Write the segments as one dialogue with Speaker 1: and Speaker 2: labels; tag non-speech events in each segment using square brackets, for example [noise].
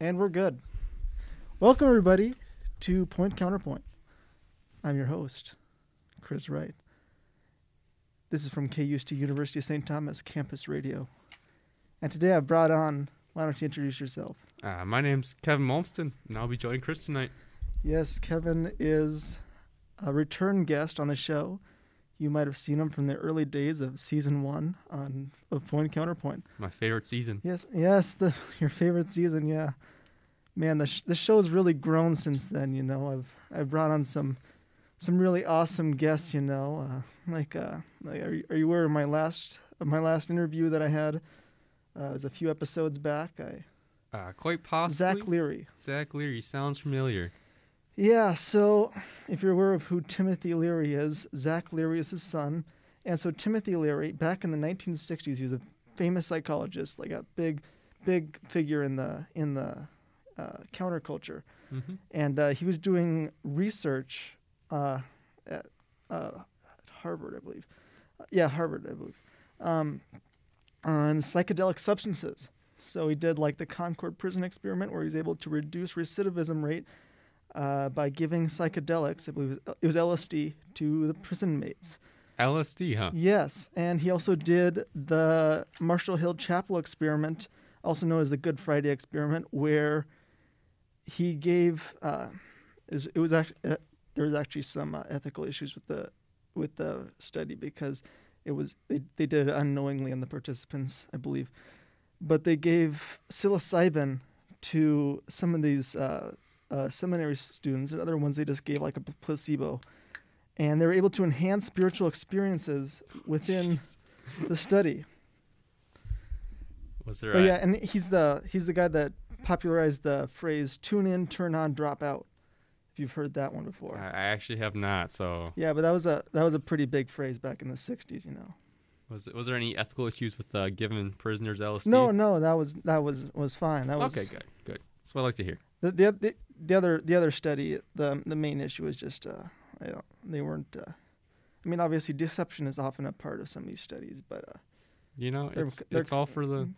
Speaker 1: And we're good. Welcome, everybody, to Point Counterpoint. I'm your host, Chris Wright. This is from KUST University of St. Thomas Campus Radio. And today I brought on, why don't you introduce yourself?
Speaker 2: Uh, my name's Kevin Malmston, and I'll be joining Chris tonight.
Speaker 1: Yes, Kevin is a return guest on the show. You might have seen him from the early days of season one on of Point Counterpoint.
Speaker 2: My favorite season.
Speaker 1: Yes, yes, the, [laughs] your favorite season, yeah. Man, the sh- the show's really grown since then. You know, I've I've brought on some some really awesome guests. You know, uh, like uh, like are you, are you aware of my last of my last interview that I had? Uh, it was a few episodes back. I
Speaker 2: Uh, quite possibly.
Speaker 1: Zach Leary.
Speaker 2: Zach Leary sounds familiar.
Speaker 1: Yeah, so if you're aware of who Timothy Leary is, Zach Leary is his son. And so Timothy Leary, back in the 1960s, he was a famous psychologist, like a big, big figure in the in the uh, counterculture.
Speaker 2: hmm
Speaker 1: And uh, he was doing research uh, at, uh, at Harvard, I believe. Yeah, Harvard, I believe, um, on psychedelic substances. So he did like the Concord prison experiment, where he was able to reduce recidivism rate uh, by giving psychedelics. I believe it was LSD to the prison mates.
Speaker 2: LSD, huh?
Speaker 1: Yes, and he also did the Marshall Hill Chapel experiment, also known as the Good Friday experiment, where he gave. Uh, is- it was actually uh, there was actually some uh, ethical issues with the with the study because it was they, they did it unknowingly on the participants, I believe, but they gave psilocybin to some of these uh, uh, seminary students and other ones they just gave like a p- placebo. And they were able to enhance spiritual experiences within
Speaker 2: [laughs]
Speaker 1: the study.
Speaker 2: Was there
Speaker 1: But
Speaker 2: a-
Speaker 1: Oh, yeah, and he's the he's the guy that popularized the phrase "tune in, turn on, drop out." If you've heard that one before,
Speaker 2: I, I actually have not, so
Speaker 1: yeah, but that was a that was a pretty big phrase back in the '60s, you know.
Speaker 2: was was there any ethical issues with uh, giving prisoners LSD?
Speaker 1: No, no, that was that was was fine. That was
Speaker 2: Okay, good, good. That's what I like to hear.
Speaker 1: The, the the the other the other study the the main issue was just uh I don't they weren't uh, I mean obviously deception is often a part of some of these studies but uh,
Speaker 2: You know,
Speaker 1: They're-
Speaker 2: it's,
Speaker 1: they're- Mm-hmm.
Speaker 2: it's all for the.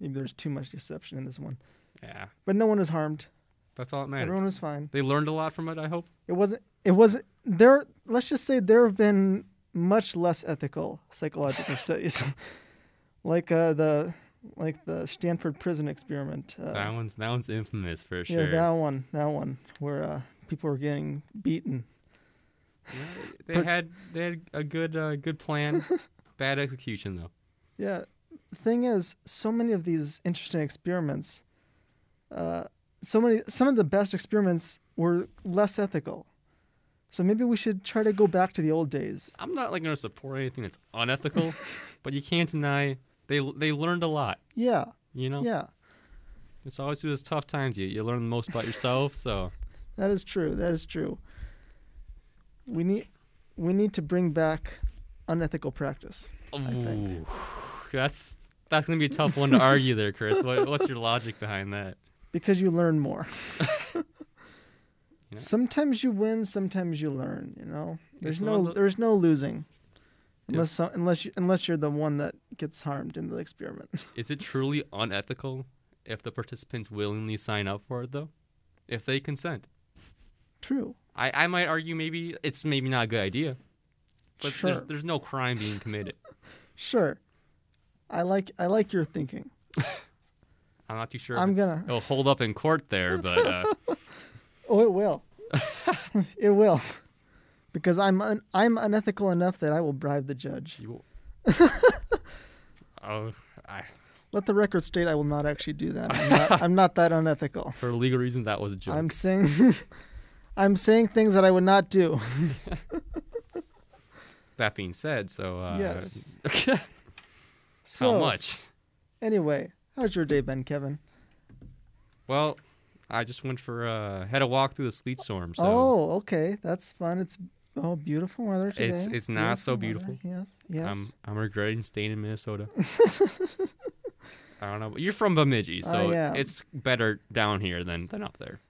Speaker 1: maybe there's too much deception in this one
Speaker 2: Yeah,
Speaker 1: but no one was harmed
Speaker 2: that's all that matters.
Speaker 1: everyone was fine
Speaker 2: They learned a lot from it, I hope.
Speaker 1: it wasn't it wasn't there let's just say there have been much less ethical
Speaker 2: [laughs]
Speaker 1: psychological studies like uh the like the Stanford prison experiment uh,
Speaker 2: that one's that one's infamous for
Speaker 1: yeah
Speaker 2: sure.
Speaker 1: that one that one where uh, people were getting beaten
Speaker 2: Yeah, they
Speaker 1: But-
Speaker 2: had they had a good uh, good
Speaker 1: [laughs]
Speaker 2: plan, bad execution though.
Speaker 1: Yeah, the thing is, so many of these interesting experiments, uh, so many, some of the best experiments were less ethical. So maybe we should try to go back to the old days.
Speaker 2: I'm not like gonna support anything that's
Speaker 1: [laughs]
Speaker 2: unethical, but you can't deny they they learned a lot.
Speaker 1: Yeah,
Speaker 2: You know,
Speaker 1: yeah,
Speaker 2: it's always through those tough times you you learn the most about yourself. So
Speaker 1: that is true. That is true. We need, we need to bring back unethical practice. think.
Speaker 2: Ooh, that's that's gonna be a tough one to argue there, Chris. What, what's your logic behind that?
Speaker 1: because you learn more. [laughs]
Speaker 2: Yeah.
Speaker 1: Sometimes you win, sometimes you learn. You know, there's
Speaker 2: It's one
Speaker 1: no
Speaker 2: of the-
Speaker 1: there's no losing,
Speaker 2: Yeah.
Speaker 1: unless some, unless you, unless you're the one that gets harmed in the experiment. [laughs]
Speaker 2: Is it truly unethical if the participants willingly sign up for it though? If they consent,
Speaker 1: True.
Speaker 2: I I might argue maybe it's maybe not a good idea, but
Speaker 1: sure.
Speaker 2: there's there's no crime being committed.
Speaker 1: Sure. I like I like your thinking.
Speaker 2: I'm not too sure.
Speaker 1: I'm
Speaker 2: if it's-
Speaker 1: gonna-
Speaker 2: It'll hold up in court there, but uh,
Speaker 1: Oh, it
Speaker 2: [laughs]
Speaker 1: will. it will, because I'm un, I'm unethical enough that I will bribe the judge. [laughs]
Speaker 2: you. oh, I,
Speaker 1: Let the record state I will not actually do that. I'm not, I'm not that unethical.
Speaker 2: for legal reasons, that was a [laughs] joke.
Speaker 1: I'm saying [laughs] I'm saying things that I would not do.
Speaker 2: That being said, so uh,
Speaker 1: Yes.
Speaker 2: how
Speaker 1: So,
Speaker 2: much?
Speaker 1: Anyway, how's your day been, Kevin?
Speaker 2: Well, I just went for uh, had a walk through the sleet storm. So
Speaker 1: oh, okay, that's fun. It's oh beautiful weather today.
Speaker 2: It's- it's not so Um,
Speaker 1: weather. Yes, yes.
Speaker 2: I'm I'm regretting staying in Minnesota.
Speaker 1: [laughs]
Speaker 2: I don't know. but You're from Bemidji,
Speaker 1: I
Speaker 2: so
Speaker 1: am.
Speaker 2: it's better down here than, than up there.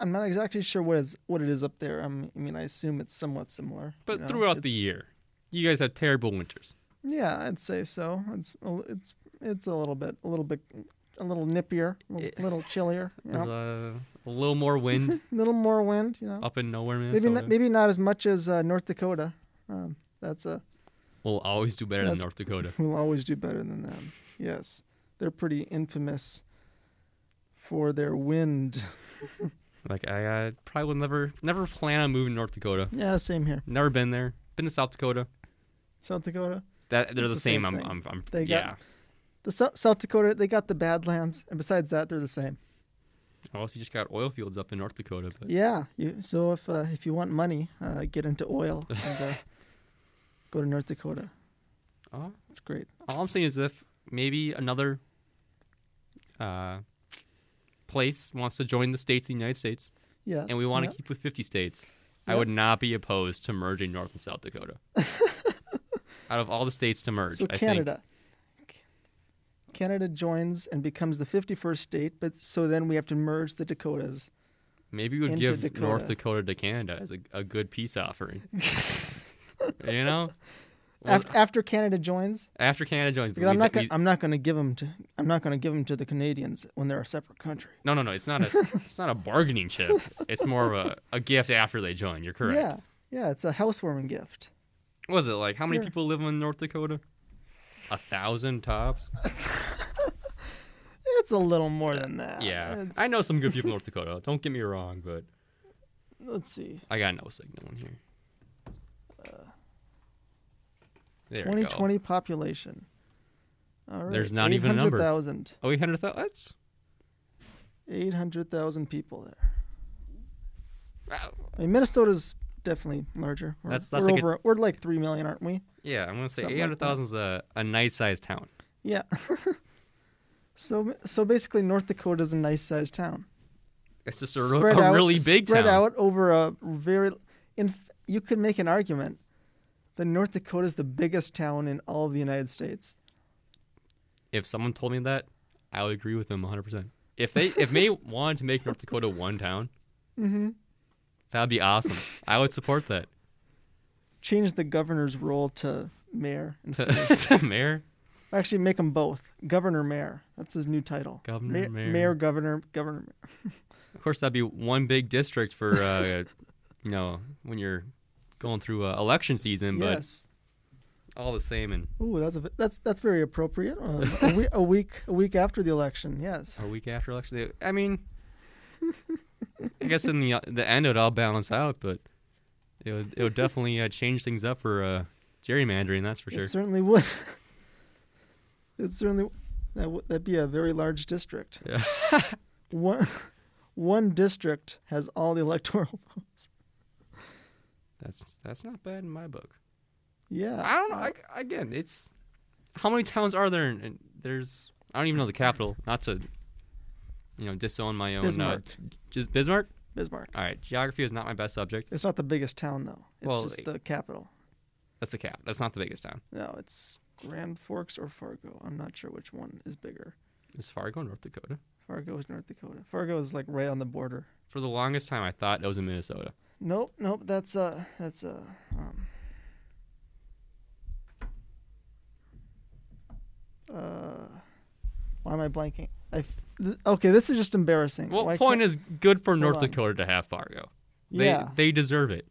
Speaker 1: I'm not exactly sure what is what it is up there. I'm, I mean, I assume it's somewhat similar.
Speaker 2: But
Speaker 1: you know,
Speaker 2: throughout the
Speaker 1: it's-
Speaker 2: year, you guys had terrible winters.
Speaker 1: yeah, I'd say so. It's a- it's it's a little bit a little bit a little nippier, a little,
Speaker 2: It-
Speaker 1: little chillier, you
Speaker 2: There's
Speaker 1: know,
Speaker 2: a, a little
Speaker 1: [laughs]
Speaker 2: more wind
Speaker 1: a little more wind, you know.
Speaker 2: Uh-huh. up in nowhere,
Speaker 1: maybe
Speaker 2: Minnesota.
Speaker 1: not, maybe not as much as uh, North Dakota. Um, that's a
Speaker 2: We'll always do better than
Speaker 1: That's-
Speaker 2: North Dakota.
Speaker 1: [laughs] we'll always do better than them. Yes, they're pretty infamous for their wind. [laughs]
Speaker 2: Like I, I probably will never, never plan on moving to North Dakota.
Speaker 1: Yeah, same here.
Speaker 2: Never been there. Been to South Dakota.
Speaker 1: South Dakota.
Speaker 2: That they're
Speaker 1: It's
Speaker 2: the,
Speaker 1: the
Speaker 2: same.
Speaker 1: same
Speaker 2: I'm,
Speaker 1: thing.
Speaker 2: I'm, I'm,
Speaker 1: They
Speaker 2: yeah.
Speaker 1: got- The Sou- South Dakota, they got the Badlands, and besides that, they're the same.
Speaker 2: Or else you just got oil fields up in North Dakota. But
Speaker 1: Yeah. You, so if uh, if you want money, uh, get into oil and
Speaker 2: [laughs]
Speaker 1: uh, go to North Dakota.
Speaker 2: uh,
Speaker 1: It's great.
Speaker 2: all I'm saying is, if maybe another uh, place wants to join the states, of the United States,
Speaker 1: Yeah.
Speaker 2: and we want to
Speaker 1: yeah.
Speaker 2: keep with 50 states, I
Speaker 1: Yep.
Speaker 2: would not be opposed to merging North and
Speaker 1: [laughs]
Speaker 2: South Dakota. Out of all the states to merge,
Speaker 1: So
Speaker 2: I
Speaker 1: Canada. Canada joins and becomes the 51st state, but so then we have to merge the Dakotas.
Speaker 2: think maybe we would
Speaker 1: into
Speaker 2: give North
Speaker 1: Dakota.
Speaker 2: Dakota to Canada as a, a good
Speaker 1: [laughs]
Speaker 2: peace offering. you know, Well,
Speaker 1: After, after Canada joins,
Speaker 2: after Canada joins,
Speaker 1: because I'm
Speaker 2: we-
Speaker 1: not gonna,
Speaker 2: we-
Speaker 1: I'm not going to give them to I'm not going to give 'em to the Canadians when they're a separate country.
Speaker 2: no, no, no. It's not a, it's not a bargaining chip. It's more of a, a gift after they join. You're correct.
Speaker 1: Yeah, yeah, it's a housewarming gift.
Speaker 2: What was it like? How many
Speaker 1: Yeah.
Speaker 2: people live in North Dakota? A thousand tops.
Speaker 1: Uh, It's a little more than that.
Speaker 2: yeah,
Speaker 1: It's-
Speaker 2: I know some good people in North Dakota. Don't get me wrong, but
Speaker 1: Let's see,
Speaker 2: I got no signal in here.
Speaker 1: Uh,
Speaker 2: There we go.
Speaker 1: 2020 population. All right,
Speaker 2: There's not even a number.
Speaker 1: 800,000.
Speaker 2: Oh, eight hundred thousand. That's
Speaker 1: 800,000 people there. I mean, Minnesota's definitely larger. We're,
Speaker 2: That's- that's
Speaker 1: we're
Speaker 2: like a-
Speaker 1: over. we're like three million, aren't we?
Speaker 2: yeah. I'm gonna say
Speaker 1: Something like
Speaker 2: eight hundred thousand is a, a nice sized town.
Speaker 1: Yeah. [laughs] so so basically, North Dakota's a nice sized town.
Speaker 2: It's just a, re- a really big
Speaker 1: spread
Speaker 2: town.
Speaker 1: out over a very. In f- you could make an argument that North Dakota's the biggest town in all of the United States.
Speaker 2: If someone told me that, I would agree with them one hundred percent. If they if
Speaker 1: [laughs]
Speaker 2: May wanted to make North Dakota one town,
Speaker 1: Mm-hmm.
Speaker 2: that'd be awesome. I would
Speaker 1: [laughs]
Speaker 2: support that.
Speaker 1: Change the governor's role to
Speaker 2: [laughs]
Speaker 1: mayor instead.
Speaker 2: To mayor,
Speaker 1: Actually, make them both governor mayor. That's his new title. Ma-
Speaker 2: Governor, mayor.
Speaker 1: mayor governor governor. Mayor.
Speaker 2: Of course, that'd be one big district for, uh, [laughs] you know, when you're going through uh, election season,
Speaker 1: Yes.
Speaker 2: but all the same. And
Speaker 1: Ooh, that's a, v- that's that's very appropriate. Um, a,
Speaker 2: [laughs]
Speaker 1: we, a week a week after the election, yes.
Speaker 2: a week after election, day- I mean, [laughs] I guess in the uh, the end, it'd all balance out, but it would, it would definitely uh, change things up for uh, gerrymandering, that's for sure.
Speaker 1: It certainly would. [laughs] it certainly that w- that'd be a very large district.
Speaker 2: Yeah.
Speaker 1: [laughs] one one district has all the electoral [laughs] votes.
Speaker 2: That's that's not bad in my book.
Speaker 1: Yeah.
Speaker 2: I don't know. I, again, it's how many towns are there? And there's I don't even know the capital. Not to you know disown my own. Uh,
Speaker 1: Bismarck.
Speaker 2: just Bismarck.
Speaker 1: Bismarck.
Speaker 2: All right, geography is not my best subject.
Speaker 1: It's not the biggest town though. It's
Speaker 2: Well,
Speaker 1: just
Speaker 2: it-
Speaker 1: the capital.
Speaker 2: That's the cap. That's not the biggest town.
Speaker 1: No, it's Grand Forks or Fargo. I'm not sure which one is bigger.
Speaker 2: It's Fargo, North Dakota.
Speaker 1: Fargo is North Dakota. Fargo is like right on the border.
Speaker 2: For the longest time, I thought it was in Minnesota.
Speaker 1: Nope, nope. That's uh that's uh um uh why am I blanking? I f- th- okay, this is just embarrassing.
Speaker 2: Well,
Speaker 1: Why
Speaker 2: point
Speaker 1: can't-
Speaker 2: is good for North
Speaker 1: on.
Speaker 2: Dakota to have Fargo. They
Speaker 1: yeah,
Speaker 2: they deserve it.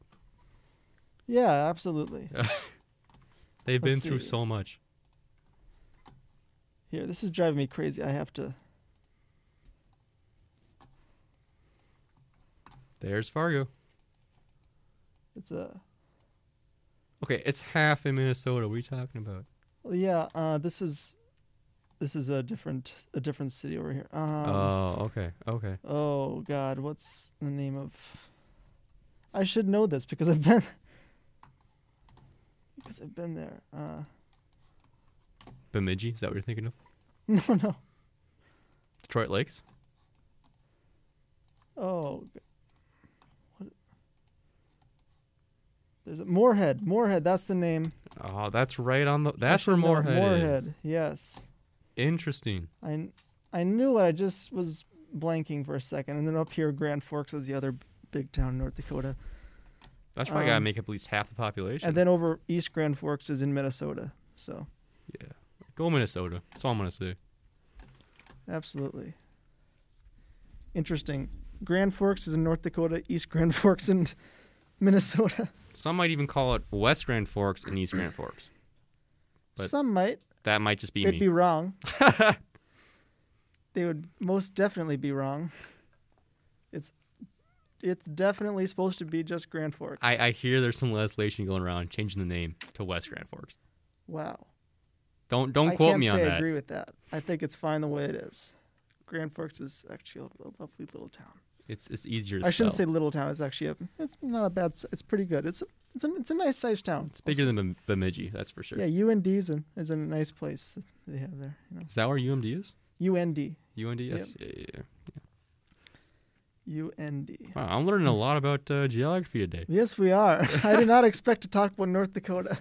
Speaker 2: [laughs]
Speaker 1: yeah, absolutely.
Speaker 2: They've been
Speaker 1: Let's
Speaker 2: through
Speaker 1: see.
Speaker 2: so much.
Speaker 1: Here, this is driving me crazy. I have to.
Speaker 2: There's Fargo.
Speaker 1: It's a
Speaker 2: Okay, it's half in Minnesota. What are you talking about?
Speaker 1: well, yeah. Uh, this is this is a different a different city over here. Um,
Speaker 2: oh, okay, okay.
Speaker 1: oh God, what's the name of? I should know this because I've been because I've been there. Uh, [laughs]
Speaker 2: Bemidji. Is that what you're thinking of?
Speaker 1: No, no.
Speaker 2: Detroit Lakes.
Speaker 1: Oh. g- What? There's a, Moorhead. Moorhead, that's the name.
Speaker 2: Oh, that's right on the.
Speaker 1: I
Speaker 2: That's where
Speaker 1: should know.
Speaker 2: Moorhead, is.
Speaker 1: Moorhead, yes.
Speaker 2: Interesting.
Speaker 1: I, kn- I knew it. I just was blanking for a second. And then up here, Grand Forks is the other b- big town in North Dakota.
Speaker 2: That's why I gotta
Speaker 1: Um,
Speaker 2: make up at least half the population.
Speaker 1: And then over East Grand Forks is in Minnesota. So
Speaker 2: yeah, go Minnesota. That's all I'm gonna say.
Speaker 1: Absolutely. Interesting. Grand Forks is in North Dakota, East Grand [laughs] Forks in Minnesota.
Speaker 2: Some might even call it West Grand Forks and East Grand Forks. But-
Speaker 1: Some might.
Speaker 2: That might just be
Speaker 1: They'd
Speaker 2: me.
Speaker 1: be
Speaker 2: [laughs]
Speaker 1: wrong. They would most definitely be wrong. It's it's definitely supposed to be just Grand Forks.
Speaker 2: I, I hear there's some legislation going around changing the name to West Grand Forks.
Speaker 1: Wow.
Speaker 2: Don't don't
Speaker 1: I
Speaker 2: quote
Speaker 1: can't
Speaker 2: me
Speaker 1: say
Speaker 2: on
Speaker 1: I
Speaker 2: that.
Speaker 1: agree with that. I think it's fine the way it is. Grand Forks is actually a lo- lovely little town.
Speaker 2: It's it's easier to
Speaker 1: I shouldn't say
Speaker 2: spell.
Speaker 1: little town. It's actually a, it's not a bad. s- It's pretty good. It's a, it's a, it's a nice sized town.
Speaker 2: It's bigger than Bem- Bemidji, that's for sure.
Speaker 1: Yeah, UND is a, is a nice place that they have there.
Speaker 2: Is that where UMD is?
Speaker 1: You know, UND,
Speaker 2: UND? Yes. Yeah, yeah, yeah.
Speaker 1: UND.
Speaker 2: Wow, I'm learning a lot about uh, geography today.
Speaker 1: Yes, we are. [laughs] I did not expect to talk about North
Speaker 2: [laughs]
Speaker 1: Dakota.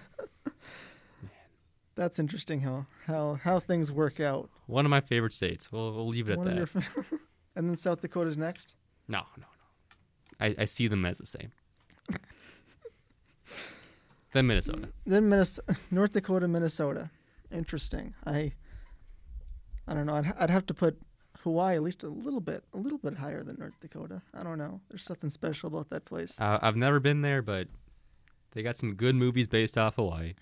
Speaker 1: That's interesting how how how things work out.
Speaker 2: One of my favorite states. We'll, we'll leave it at
Speaker 1: One of
Speaker 2: that.
Speaker 1: your f- [laughs] and then South Dakota's next.
Speaker 2: No, no, no. I, I see them as
Speaker 1: [laughs]
Speaker 2: the same. then Minnesota.
Speaker 1: Then Minnesota, [laughs] North Dakota, Minnesota. Interesting. I I don't know. I'd, I'd have to put Hawaii at least a little bit, a little bit higher than North Dakota. I don't know. There's something special about that place.
Speaker 2: Uh, I've never been there, but they got some good movies based
Speaker 1: [laughs]
Speaker 2: off Hawaii.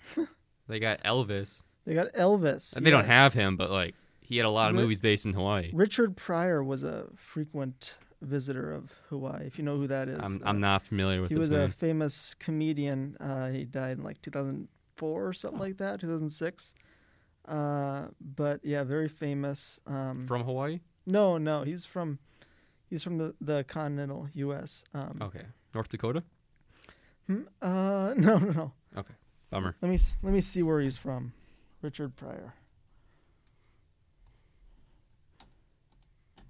Speaker 2: they got Elvis.
Speaker 1: They got Elvis.
Speaker 2: They don't have
Speaker 1: yes.
Speaker 2: him, but like he had a lot of
Speaker 1: Ri-
Speaker 2: movies based in Hawaii.
Speaker 1: Richard Pryor was a frequent visitor of Hawaii. If you know who that is,
Speaker 2: I'm,
Speaker 1: Uh,
Speaker 2: I'm not familiar with
Speaker 1: He
Speaker 2: this
Speaker 1: was a
Speaker 2: man.
Speaker 1: famous comedian. Uh, he died in like 2004 or something like that, 2006. Uh, but yeah, very famous. Um,
Speaker 2: From Hawaii?
Speaker 1: no, no, he's from he's from the, the continental U.S. Um,
Speaker 2: Okay. North Dakota?
Speaker 1: hmm, uh, [laughs] no, no, no.
Speaker 2: Bummer.
Speaker 1: Let me s- let me see where he's from. Richard Pryor.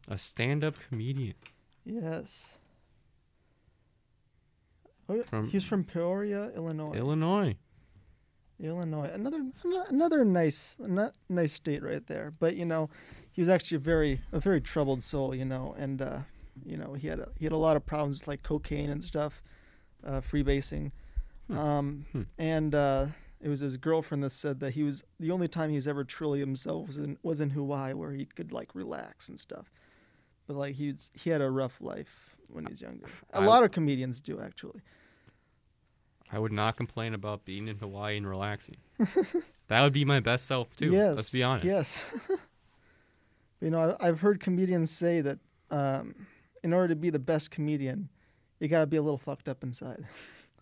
Speaker 2: A stand up comedian.
Speaker 1: Yes. Oh, yeah,
Speaker 2: From-
Speaker 1: he's from Peoria, Illinois.
Speaker 2: Illinois.
Speaker 1: Illinois, another ano- another nice ano- nice state right there. But you know, he was actually a very a very troubled soul, you know, and uh, you know he had a, he had a lot of problems like cocaine and stuff, uh, freebasing,
Speaker 2: Hmm.
Speaker 1: um,
Speaker 2: Hmm.
Speaker 1: and uh, it was his girlfriend that said that he was the only time he was ever truly himself was in was in Hawaii where he could like relax and stuff. But like he was, he had a rough life when he was younger. A
Speaker 2: I-
Speaker 1: lot of comedians do actually.
Speaker 2: I would not complain about being in Hawaii
Speaker 1: [laughs]
Speaker 2: and relaxing. that would be my best self too.
Speaker 1: Yes.
Speaker 2: Let's be honest.
Speaker 1: Yes. [laughs] you know, I, I've heard comedians say that um, in order to be the best comedian, you got to be a little fucked up inside.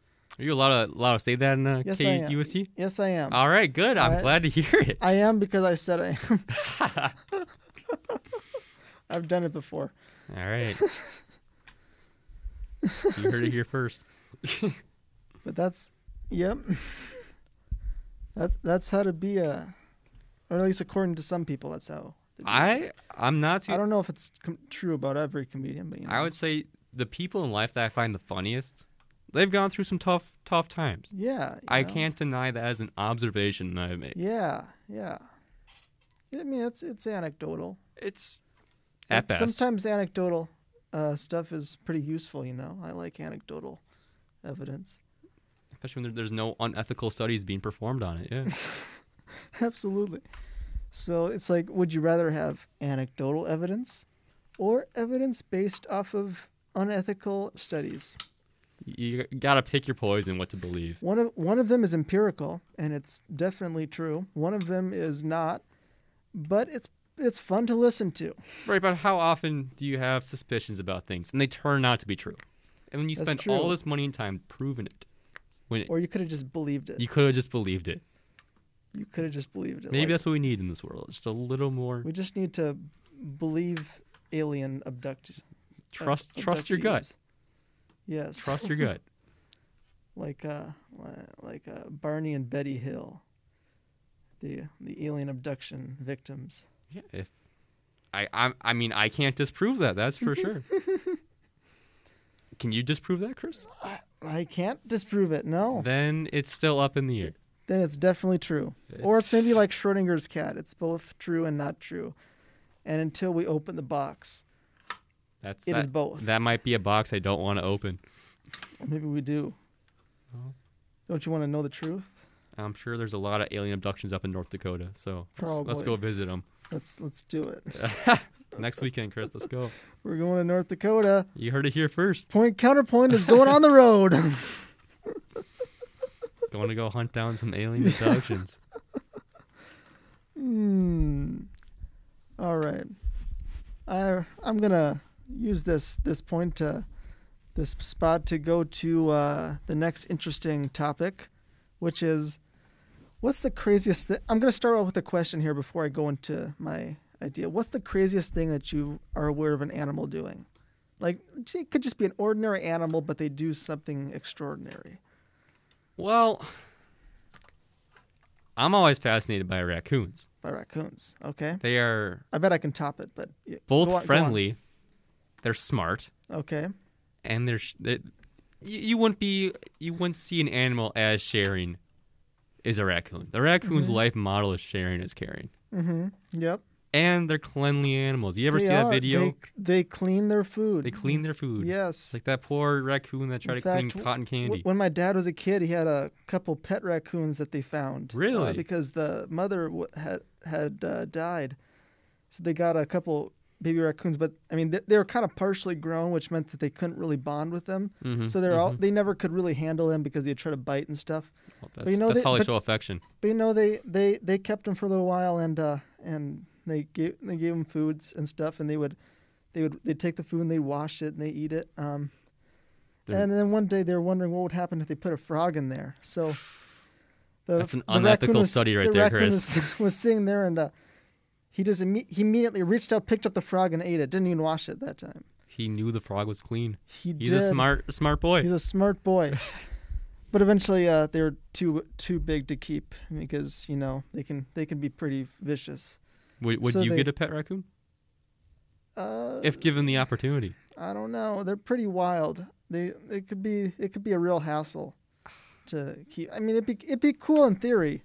Speaker 1: [laughs]
Speaker 2: Are you allowed to, allowed to say that in uh,
Speaker 1: Yes, I am.
Speaker 2: KUST?
Speaker 1: Yes, I am.
Speaker 2: All right, good. I'm
Speaker 1: I-
Speaker 2: glad to hear it.
Speaker 1: I am because I said I am.
Speaker 2: [laughs]
Speaker 1: [laughs] I've done it before.
Speaker 2: All right.
Speaker 1: [laughs]
Speaker 2: you heard it here first.
Speaker 1: But that's, yep. [laughs] that, that's how to be a, or at least according to some people, that's how. to be.
Speaker 2: I I'm not
Speaker 1: I
Speaker 2: too.
Speaker 1: don't know if it's com- true about every comedian, but you know.
Speaker 2: I would say the people in life that I find the funniest, they've gone through some tough tough times.
Speaker 1: Yeah. you
Speaker 2: I
Speaker 1: know.
Speaker 2: can't deny that as an observation that I made.
Speaker 1: Yeah, yeah. I mean, it's it's anecdotal.
Speaker 2: It's at
Speaker 1: But
Speaker 2: best.
Speaker 1: Sometimes anecdotal uh, stuff is pretty useful. You know, I like anecdotal evidence. [laughs]
Speaker 2: especially when there, there's no unethical studies being performed on it. Yeah. [laughs]
Speaker 1: Absolutely. So it's like, would you rather have anecdotal evidence or evidence based off of unethical studies?
Speaker 2: you you gotta pick your poison what to believe.
Speaker 1: One of one of them is empirical and it's definitely true. One of them is not, but it's it's fun to listen to.
Speaker 2: Right, but how often do you have suspicions about things and they turn out to be true? And then you
Speaker 1: That's
Speaker 2: spend all
Speaker 1: true.
Speaker 2: this money and time proving it. When it,
Speaker 1: Or you could have just believed it.
Speaker 2: you could have just believed it.
Speaker 1: You could have just believed it.
Speaker 2: Maybe
Speaker 1: like-
Speaker 2: that's what we need in this world. Just a little more
Speaker 1: We just need to believe alien abduct.
Speaker 2: trust trust your gut.
Speaker 1: abductees. Yes.
Speaker 2: Trust
Speaker 1: [laughs]
Speaker 2: your gut.
Speaker 1: Like uh, li- like uh, Barney and Betty Hill, the the alien abduction victims.
Speaker 2: Yeah, if I, I I mean I can't disprove that, that's
Speaker 1: [laughs]
Speaker 2: for sure. Can you disprove that, Chris?
Speaker 1: I can't disprove it. No.
Speaker 2: Then it's still up in the air.
Speaker 1: Then it's definitely true. Or it's maybe
Speaker 2: It's-
Speaker 1: like Schrodinger's cat. It's both true and not true. And until we open the box,
Speaker 2: That's
Speaker 1: it is
Speaker 2: that,
Speaker 1: both.
Speaker 2: that might be a box I don't want to open.
Speaker 1: Or maybe we do.
Speaker 2: Oh.
Speaker 1: Don't you want to know the truth?
Speaker 2: I'm sure there's a lot of alien abductions up in North Dakota. So let's, let's go
Speaker 1: Probably.
Speaker 2: visit them.
Speaker 1: Let's let's do it.
Speaker 2: Next weekend, Chris, let's go.
Speaker 1: We're going to North Dakota.
Speaker 2: You heard it here first.
Speaker 1: Point counterpoint is going on the road.
Speaker 2: Going to go hunt down
Speaker 1: [laughs]
Speaker 2: some alien abductions.
Speaker 1: Hmm. All right. I I'm gonna use this this point to this spot to go to uh, the next interesting topic, which is what's the craziest thing? I'm gonna start out with a question here before I go into my idea. What's the craziest thing that you are aware of an animal doing? Like it could just be an ordinary animal, but they do something extraordinary.
Speaker 2: Well, I'm always fascinated by raccoons.
Speaker 1: By raccoons. Okay.
Speaker 2: They are
Speaker 1: I bet I can top it, but yeah,
Speaker 2: both
Speaker 1: go on- go on.
Speaker 2: friendly, they're smart,
Speaker 1: Okay.
Speaker 2: and they're, sh- they you, you wouldn't be you wouldn't see an animal as sharing is a raccoon. The raccoon's life model is sharing is caring.
Speaker 1: Mm-hmm. Yep.
Speaker 2: And they're cleanly animals. You ever
Speaker 1: They
Speaker 2: see that
Speaker 1: are.
Speaker 2: video?
Speaker 1: They, they clean their food.
Speaker 2: They clean their food.
Speaker 1: Yes.
Speaker 2: Like that poor raccoon that tried
Speaker 1: In
Speaker 2: to clean
Speaker 1: fact,
Speaker 2: cotton
Speaker 1: W-
Speaker 2: candy.
Speaker 1: When my dad was a kid, he had a couple pet raccoons that they found. uh,
Speaker 2: Really?
Speaker 1: because the mother w- had had uh, died, so they got a couple baby raccoons. But I mean, they, they were kind of partially grown, which meant that they couldn't really bond with them.
Speaker 2: Mhm,
Speaker 1: So they're all they never could really handle them because they'd try to bite and stuff.
Speaker 2: Well,
Speaker 1: you
Speaker 2: that's
Speaker 1: know,
Speaker 2: that's
Speaker 1: they-
Speaker 2: how they
Speaker 1: but-
Speaker 2: show affection.
Speaker 1: But you know, they they they kept them for a little while, and uh, and they gave they gave them foods and stuff, and they would they would they'd take the food and they'd wash it and they eat it. Um,
Speaker 2: They're-
Speaker 1: and then one day they were wondering what would happen if they put a frog in there. So the,
Speaker 2: That's an
Speaker 1: the raccoon
Speaker 2: unethical
Speaker 1: was-
Speaker 2: study right
Speaker 1: the
Speaker 2: there,
Speaker 1: raccoon
Speaker 2: Chris.
Speaker 1: Was, [laughs] was sitting there and uh, he just imme- he immediately reached out, picked up the frog, and ate it. Didn't even wash it that time.
Speaker 2: He knew the frog was clean.
Speaker 1: He
Speaker 2: He's
Speaker 1: did.
Speaker 2: a smart smart boy.
Speaker 1: He's a smart
Speaker 2: [laughs]
Speaker 1: boy. but eventually, uh, they were too too big to keep because you know they can they can be pretty vicious.
Speaker 2: Would, would
Speaker 1: so
Speaker 2: you
Speaker 1: they-
Speaker 2: get a pet raccoon
Speaker 1: Uh,
Speaker 2: if given the opportunity?
Speaker 1: I don't know, they're pretty wild. They it could be it could be a real hassle to keep. I mean, it'd be it'd be cool in theory,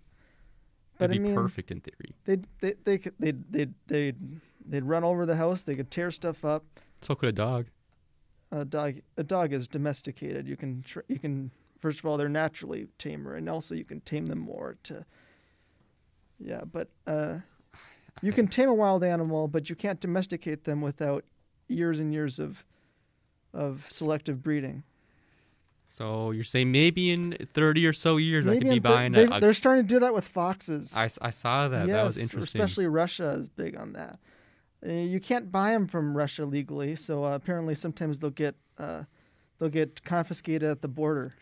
Speaker 1: but
Speaker 2: It'd be
Speaker 1: I mean,
Speaker 2: perfect in theory.
Speaker 1: they'd they they could they'd they'd they'd they'd run over the house. They could tear stuff up.
Speaker 2: So could a dog.
Speaker 1: A dog a dog is domesticated. You can tr- you can first of all they're naturally tamer, and also you can tame them more to. Yeah, but uh, you can tame a wild animal, but you can't domesticate them without years and years of of selective breeding.
Speaker 2: So you're saying maybe in 30 or so years I could
Speaker 1: Maybe
Speaker 2: be
Speaker 1: in thir-
Speaker 2: buying
Speaker 1: they,
Speaker 2: a- a.
Speaker 1: they're starting to do that with foxes.
Speaker 2: I, s- I saw that. that was
Speaker 1: Yes,
Speaker 2: interesting.
Speaker 1: Especially Russia is big on that. Uh, you can't buy them from Russia legally, so uh, apparently sometimes they'll get uh, they'll get confiscated at the border,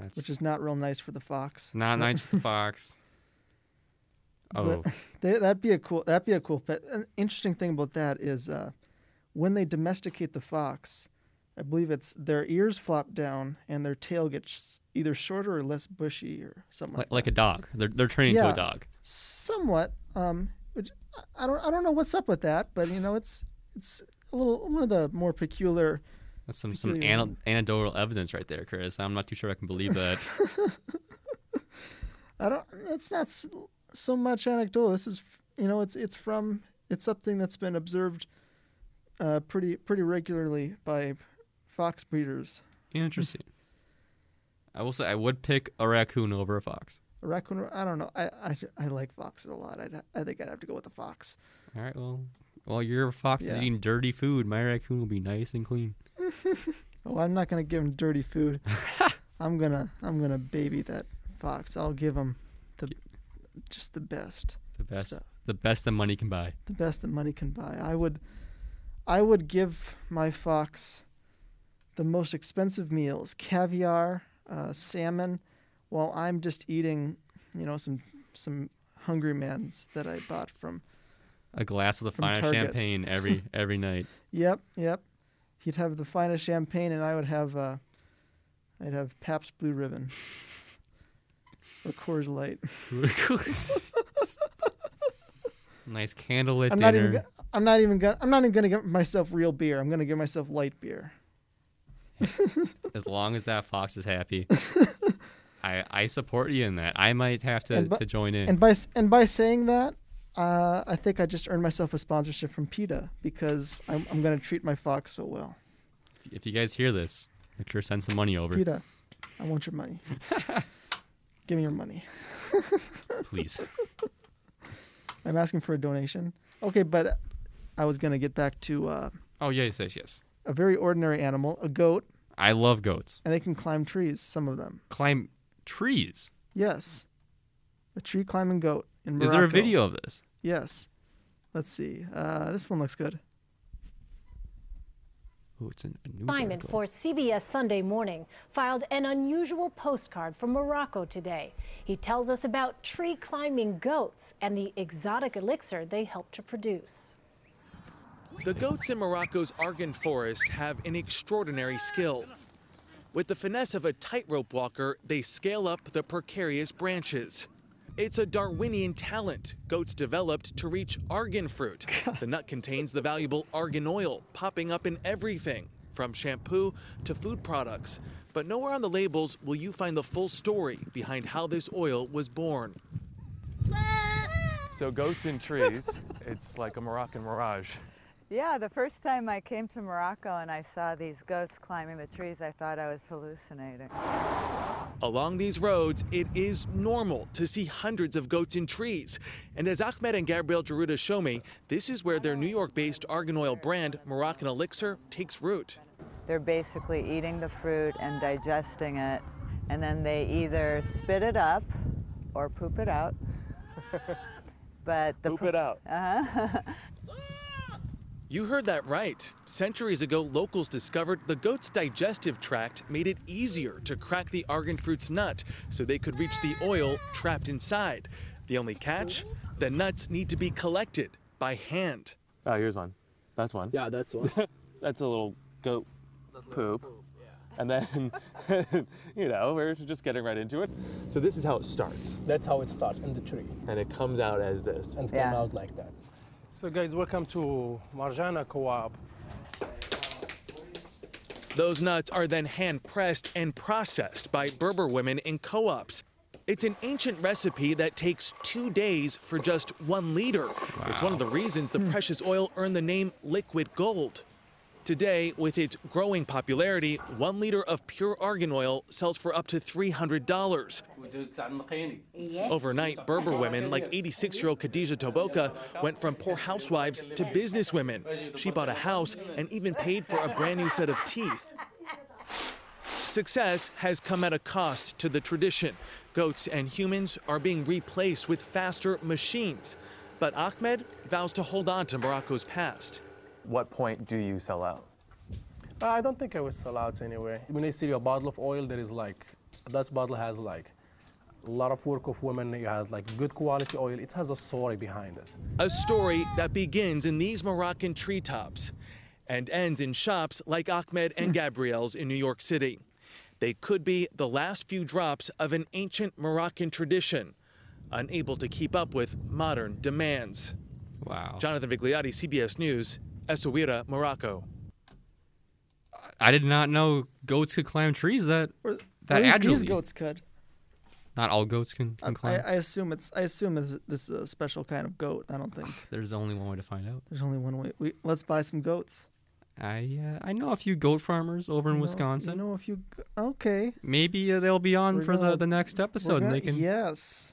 Speaker 2: That's
Speaker 1: which is not real nice for the fox.
Speaker 2: not
Speaker 1: [laughs]
Speaker 2: nice for the fox. Oh,
Speaker 1: But they, that'd be a cool that'd be a cool pet. An interesting thing about that is uh, when they domesticate the fox, I believe it's their ears flop down and their tail gets either shorter or less bushy or something
Speaker 2: like, like a dog. They're, they're turning into
Speaker 1: Yeah.
Speaker 2: a dog.
Speaker 1: somewhat. Um, which I I don't I don't know what's up with that, but you know it's it's a little one of the more peculiar.
Speaker 2: That's some, some
Speaker 1: Peculiar
Speaker 2: ana- anecdotal evidence right there, Chris. I'm not too sure I can believe that.
Speaker 1: I don't. It's not s- so much anecdotal. This is you know it's it's from it's something that's been observed uh, pretty pretty regularly by fox breeders.
Speaker 2: Interesting. [laughs] I will say I would pick a raccoon over a fox.
Speaker 1: A raccoon. I don't know. I, I, I like foxes a lot. I'd, I think I'd have to go with a fox.
Speaker 2: All right, well, while your fox is
Speaker 1: Yeah.
Speaker 2: eating dirty food, my raccoon will be nice and clean.
Speaker 1: Oh, I'm not gonna give him dirty food. I'm gonna I'm gonna baby that fox. I'll give him the just the best.
Speaker 2: The best,
Speaker 1: Stuff.
Speaker 2: the best that money can buy.
Speaker 1: the best that money can buy. I would, I would give my fox the most expensive meals, caviar, uh, salmon, while I'm just eating, you know, some some hungry man's that I bought from.
Speaker 2: A glass of the
Speaker 1: From
Speaker 2: finest
Speaker 1: Target. [laughs]
Speaker 2: champagne every every night.
Speaker 1: Yep, yep. He'd have the finest champagne, and I would have, uh, I'd have Pabst Blue Ribbon or Coors Light. nice candlelit I'm not
Speaker 2: dinner.
Speaker 1: even. go- I'm not even gonna. I'm not even gonna give myself real beer. I'm gonna give myself light beer.
Speaker 2: as long as that fox
Speaker 1: [laughs]
Speaker 2: is happy. I, I support you in that. I might have to,
Speaker 1: And bu-
Speaker 2: to join in.
Speaker 1: And by s- and by saying that, uh, I think I just earned myself a sponsorship from PETA because I'm, I'm going to treat my fox so well.
Speaker 2: if you guys hear this, make sure to send some money over. [laughs]
Speaker 1: PETA, I want your money. Give me your money.
Speaker 2: Please.
Speaker 1: [laughs] I'm asking for a donation. Okay, but I was gonna get back to uh,
Speaker 2: Oh, yeah, he says yes.
Speaker 1: a very ordinary animal, a goat,
Speaker 2: I love goats.
Speaker 1: and they can climb trees. Some of them.
Speaker 2: Climb trees.
Speaker 1: Yes, a tree climbing goat in Morocco.
Speaker 2: Is there a video of this?
Speaker 1: Yes. Let's see. Uh, this one looks good.
Speaker 2: Oh, it's in a news
Speaker 3: Simon
Speaker 2: article.
Speaker 3: for CBS Sunday Morning filed an unusual postcard from Morocco today. He tells us about tree climbing goats and the exotic elixir they help to produce.
Speaker 4: The goats in Morocco's Argan forest have an extraordinary skill. With the finesse of a tightrope walker, they scale up the precarious branches. It's a Darwinian talent goats developed to reach argan fruit. The nut contains the valuable argan oil, popping up in everything from shampoo to food products. But nowhere on the labels will you find the full story behind how this oil was born.
Speaker 5: So goats and trees, it's like a Moroccan mirage.
Speaker 6: Yeah, the first time I came to Morocco and I saw these goats climbing the trees, I thought I was hallucinating.
Speaker 4: Along these roads, it is normal to see hundreds of goats in trees. And as Ahmed and Gabriel Geruda show me, this is where their New York based argan oil brand, Moroccan Elixir, takes root.
Speaker 6: They're basically eating the fruit and digesting it, and then they either spit it up or poop
Speaker 4: [laughs]
Speaker 6: it out. but the
Speaker 4: Poop
Speaker 6: pro-
Speaker 4: it out. You heard that right. Centuries ago, locals discovered the goat's digestive tract made it easier to crack the argan fruit's nut so they could reach the oil trapped inside. The only catch? The nuts need to be collected by hand.
Speaker 5: Oh, here's one. That's one.
Speaker 7: Yeah, that's one.
Speaker 5: [laughs] That's a little goat poop. And then, [laughs] you know, we're just getting right into it. So this is how it starts,
Speaker 7: that's how it starts in the tree
Speaker 5: and it comes out as this.
Speaker 7: and
Speaker 6: Yeah.
Speaker 7: came out like that.
Speaker 8: So guys, welcome to Marjana Co-op.
Speaker 4: Those nuts are then hand pressed and processed by Berber women in co ops. It's an ancient recipe that takes two days for just one liter. It's one of the reasons the precious oil earned the name liquid gold. Today, with its growing popularity, one liter of pure argan oil sells for up to $300. Overnight, Berber women like 86 year old Khadija Toboka went from poor housewives to businesswomen. She bought a house and even paid for a brand new set of teeth. Success has come at a cost to the tradition. Goats and humans are being replaced with faster machines. But Ahmed vows to hold on to Morocco's past.
Speaker 5: What point do you sell out?
Speaker 7: Uh, I don't think I will sell out anyway. When I see a bottle of oil, there is like, that bottle has like a lot of work of women. It has like good quality oil. It has a story behind it.
Speaker 4: A story that begins in these Moroccan treetops and ends in shops like Ahmed and Gabrielle's in New York City. They could be the last few drops of an ancient Moroccan tradition, unable to keep up with modern demands.
Speaker 2: Wow.
Speaker 4: Jonathan Vigliotti, CBS News, Essaouira, Morocco.
Speaker 2: I did not know goats could climb trees that
Speaker 1: Or,
Speaker 2: that
Speaker 1: at least
Speaker 2: agilely.
Speaker 1: these goats could.
Speaker 2: Not all goats can,
Speaker 1: I,
Speaker 2: can
Speaker 1: I,
Speaker 2: climb.
Speaker 1: I assume it's. I assume this, this is a special kind of goat. I
Speaker 2: [sighs]
Speaker 1: don't think
Speaker 2: There's only one way to find out.
Speaker 1: there's only one way. We, let's buy some goats.
Speaker 2: I uh, I know a few goat farmers over in
Speaker 1: You know-
Speaker 2: Wisconsin.
Speaker 1: You know, if you g- okay,
Speaker 2: Maybe uh, they'll be on
Speaker 1: We're
Speaker 2: for
Speaker 1: gonna-
Speaker 2: the, the next
Speaker 1: We're
Speaker 2: episode, and they
Speaker 1: gonna-
Speaker 2: can.
Speaker 1: Yes,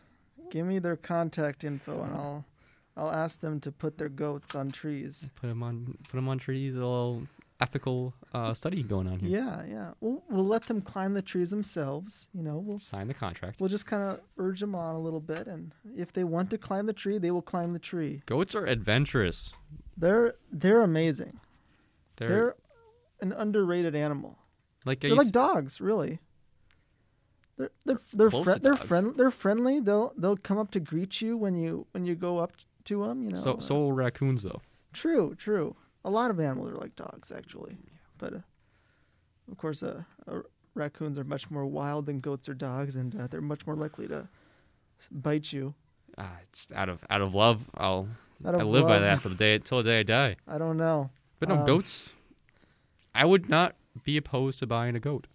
Speaker 1: give me their contact info, and I'll I'll ask them to put their goats on trees.
Speaker 2: Put them on, put 'em on trees. A little ethical uh, study going on here.
Speaker 1: Yeah, yeah. We'll, we'll let them climb the trees themselves. You know, we'll
Speaker 2: Sign the contract.
Speaker 1: we'll just kind of urge them on a little bit, and if they want to climb the tree, they will climb the tree.
Speaker 2: Goats are adventurous.
Speaker 1: They're they're amazing.
Speaker 2: They're,
Speaker 1: They're, an underrated animal.
Speaker 2: like a
Speaker 1: They're like dogs, really. They're they're they're,
Speaker 2: Close
Speaker 1: fri-
Speaker 2: to
Speaker 1: they're
Speaker 2: dogs.
Speaker 1: friend they're friendly. They'll they'll come up to greet you when you when you go up to them. You know.
Speaker 2: so
Speaker 1: uh,
Speaker 2: so are raccoons though.
Speaker 1: True, true. A lot of animals are like dogs, actually. But uh, of course, uh, uh, raccoons are much more wild than goats or dogs, and uh, they're much more likely to s- bite you.
Speaker 2: Ah, it's out of out of love. I'll
Speaker 1: Out of
Speaker 2: I live by
Speaker 1: love.
Speaker 2: that for the day till the day I die.
Speaker 1: I don't know.
Speaker 2: But no
Speaker 1: Um,
Speaker 2: goats. I would not be opposed to buying a goat.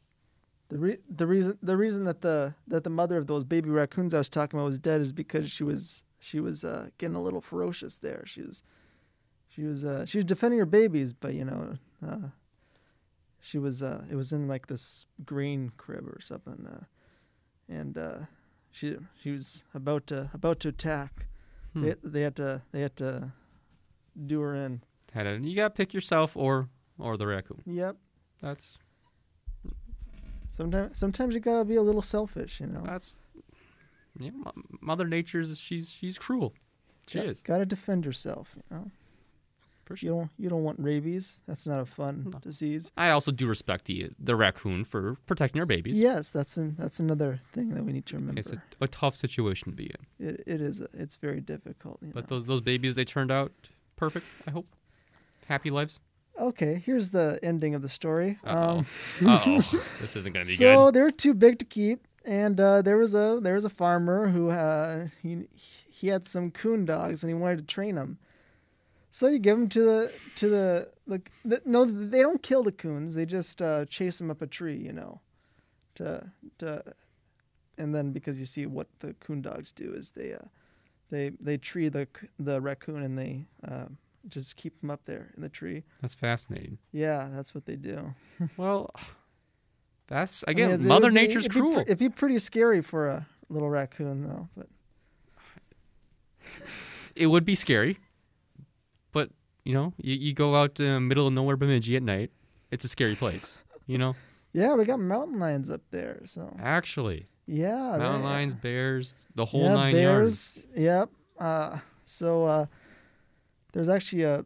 Speaker 1: The re- the reason the reason that the that the mother of those baby raccoons I was talking about was dead is because she was she was uh, getting a little ferocious there. She was she was uh, she was defending her babies, but you know, uh, she was uh, it was in like this green crib or something, uh, and uh, she she was about to about to attack. They, they had to they had to do her in.
Speaker 2: Had a, you gotta pick yourself or or the raccoon.
Speaker 1: Yep.
Speaker 2: That's
Speaker 1: Sometimes sometimes you gotta be a little selfish, you know.
Speaker 2: that's yeah. Mo- Mother Nature's she's she's cruel. She
Speaker 1: Got-
Speaker 2: is.
Speaker 1: Gotta defend yourself, you know.
Speaker 2: For
Speaker 1: You
Speaker 2: sure.
Speaker 1: don't you don't want rabies. That's not a fun disease.
Speaker 2: I also do respect the the raccoon for protecting her babies.
Speaker 1: Yes, that's an, that's another thing that we need to remember.
Speaker 2: It's a, a tough situation to be in.
Speaker 1: it, it is a, it's very difficult. You
Speaker 2: But
Speaker 1: know.
Speaker 2: those those babies they turned out perfect, I hope. Happy lives.
Speaker 1: okay, here's the ending of the story.
Speaker 2: Uh
Speaker 1: Um,
Speaker 2: oh. Uh
Speaker 1: [laughs]
Speaker 2: oh. this isn't gonna be
Speaker 1: so
Speaker 2: good.
Speaker 1: they were too big to keep, and uh, there was a there was a farmer who uh, he he had some coon dogs and he wanted to train them. So you give them to the to the, the, the no they don't kill the coons they just uh, chase them up a tree you know, to to, and then because you see what the coon dogs do is they uh, they they tree the c- the raccoon and they uh, just keep them up there in the tree.
Speaker 2: That's fascinating.
Speaker 1: Yeah, that's what they do.
Speaker 2: Well, that's
Speaker 1: I mean,
Speaker 2: again,
Speaker 1: it- it
Speaker 2: Mother
Speaker 1: would be-
Speaker 2: Nature's
Speaker 1: it'd be pr-
Speaker 2: cruel.
Speaker 1: it'd be pretty scary for a little raccoon, though. But
Speaker 2: it would be scary, but you know, you, you go out to middle of nowhere Bemidji at night. It's a scary place. You know,
Speaker 1: yeah, we got mountain lions up there, so
Speaker 2: actually,
Speaker 1: yeah,
Speaker 2: mountain
Speaker 1: they-
Speaker 2: lions, bears, the whole
Speaker 1: yeah,
Speaker 2: nine yards.
Speaker 1: bears. Yep. Uh, so uh, there's actually uh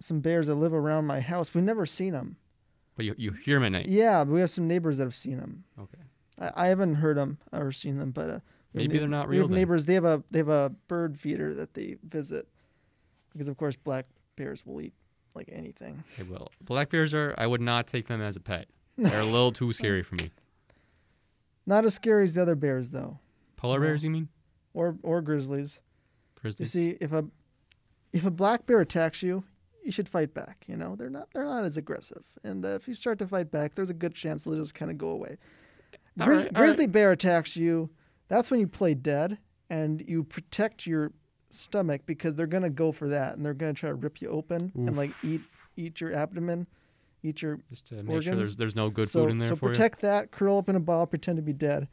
Speaker 1: some bears that live around my house. We've never seen them.
Speaker 2: But you, you hear them at night.
Speaker 1: Yeah, but we have some neighbors that have seen them.
Speaker 2: Okay.
Speaker 1: I, I haven't heard them or seen them, but uh, we have
Speaker 2: Maybe
Speaker 1: neigh-
Speaker 2: they're not
Speaker 1: we
Speaker 2: real
Speaker 1: have
Speaker 2: then.
Speaker 1: neighbors. They have a they have a bird feeder that they visit because of course black bears will eat like anything.
Speaker 2: They will. Black bears are. I would not take them as
Speaker 1: [laughs]
Speaker 2: a pet. They're a little too scary for me.
Speaker 1: Not as scary as the other bears though.
Speaker 2: Polar bears, you mean?
Speaker 1: or or grizzlies. You
Speaker 2: Grizzlies.
Speaker 1: see, if a if a black bear attacks you, you should fight back. You know, they're not they're not as aggressive, and uh, if you start to fight back, there's a good chance they'll just kind of go away.
Speaker 2: All
Speaker 1: Grizz-
Speaker 2: right, all
Speaker 1: grizzly bear attacks you. That's when you play dead and you protect your stomach because they're gonna go for that and they're gonna try to rip you open and like eat eat your abdomen, eat your
Speaker 2: Just to make sure
Speaker 1: organs.
Speaker 2: there's there's no good
Speaker 1: so,
Speaker 2: food in there
Speaker 1: so
Speaker 2: for
Speaker 1: protect that curl up in a ball pretend to be dead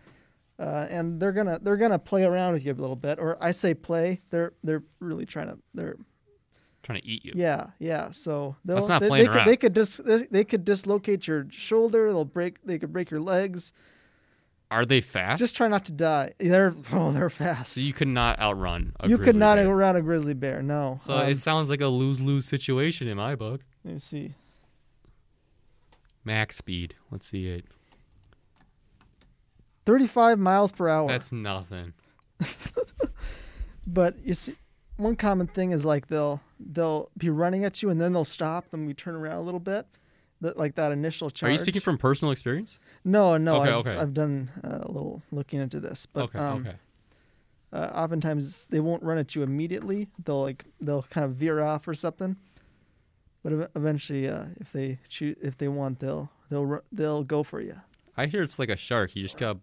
Speaker 1: uh, and they're gonna they're gonna play around with you a little bit or i say play they're they're really trying to they're
Speaker 2: you. Trying to eat you.
Speaker 1: yeah yeah so they'll,
Speaker 2: not
Speaker 1: they,
Speaker 2: playing
Speaker 1: they could
Speaker 2: around.
Speaker 1: they could dis, they, they could dislocate your shoulder they'll break they could break your legs
Speaker 2: Are they fast?
Speaker 1: just try not to die they're [laughs] oh they're fast
Speaker 2: so you could not outrun a
Speaker 1: you could
Speaker 2: grizzly
Speaker 1: not
Speaker 2: bear.
Speaker 1: outrun a grizzly bear no
Speaker 2: So
Speaker 1: Um,
Speaker 2: it sounds like a lose lose situation in my book.
Speaker 1: let me see
Speaker 2: Max speed. Let's see it.
Speaker 1: 35 miles per hour
Speaker 2: That's nothing.
Speaker 1: But you see, one common thing is like they'll they'll be running at you and then they'll stop and we turn around a little bit, that like that initial charge.
Speaker 2: Are you speaking from personal experience?
Speaker 1: No, no.
Speaker 2: Okay,
Speaker 1: I've,
Speaker 2: okay.
Speaker 1: I've done uh, a little looking into this, but
Speaker 2: okay,
Speaker 1: um,
Speaker 2: okay.
Speaker 1: Uh, oftentimes they won't run at you immediately. They'll like they'll kind of veer off or something. But ev- eventually, uh, if they choose, if they want, they'll they'll ru- they'll go for you.
Speaker 2: I hear it's like a shark. You just gotta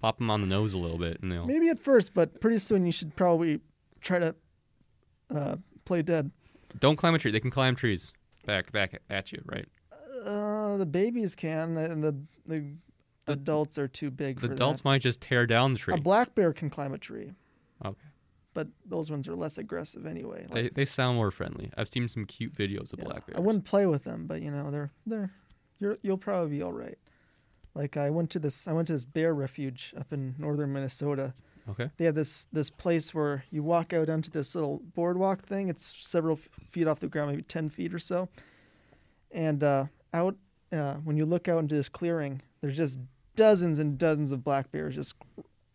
Speaker 2: pop them on the nose a little bit, and they'll.
Speaker 1: Maybe at first, but pretty soon you should probably try to uh, play dead.
Speaker 2: Don't climb a tree. They can climb trees. Back, back at you, right?
Speaker 1: Uh, the babies can, and the the adults are too big.
Speaker 2: The
Speaker 1: for
Speaker 2: adults
Speaker 1: that.
Speaker 2: might just tear down the tree.
Speaker 1: A black bear can climb a tree,
Speaker 2: okay.
Speaker 1: but those ones are less aggressive anyway. Like,
Speaker 2: They, they sound more friendly. I've seen some cute videos of
Speaker 1: yeah,
Speaker 2: black bears.
Speaker 1: I wouldn't play with them, but you know they're they're you're, you'll probably be all right. Like I went to this I went to this bear refuge up in northern Minnesota.
Speaker 2: Okay.
Speaker 1: They have this this place where you walk out onto this little boardwalk thing. It's several f- feet off the ground, maybe ten feet or so. And uh, out uh, when you look out into this clearing, there's just dozens and dozens of black bears just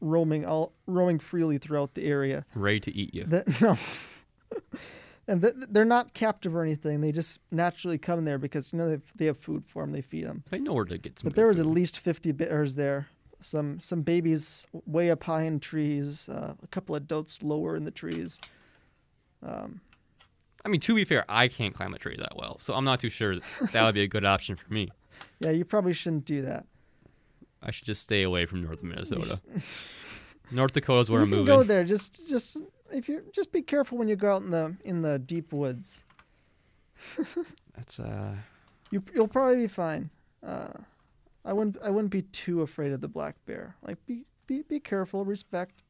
Speaker 1: roaming all roaming freely throughout the area. [laughs]
Speaker 2: Ready to eat you.
Speaker 1: That no. [laughs] and th- they're not captive or anything. They just naturally come there because you know they they have food for them. They feed them.
Speaker 2: they know where to get some.
Speaker 1: But
Speaker 2: good
Speaker 1: there was at
Speaker 2: food.
Speaker 1: least 50 bears there. Some some babies way up high in trees. Uh, a couple adults lower in the trees.
Speaker 2: I mean, to be fair, I can't climb a tree that well, so I'm not too sure that, that would be a good option for me.
Speaker 1: Yeah, you probably shouldn't do that.
Speaker 2: I should just stay away from
Speaker 1: [laughs]
Speaker 2: northern Minnesota. North Dakota's where
Speaker 1: you
Speaker 2: I'm
Speaker 1: can
Speaker 2: moving.
Speaker 1: go there. Just just if you just be careful when you go out in the in the deep woods.
Speaker 2: That's uh.
Speaker 1: You you'll probably be fine. Uh, I wouldn't I wouldn't be too afraid of the black bear. Like be be be careful, respect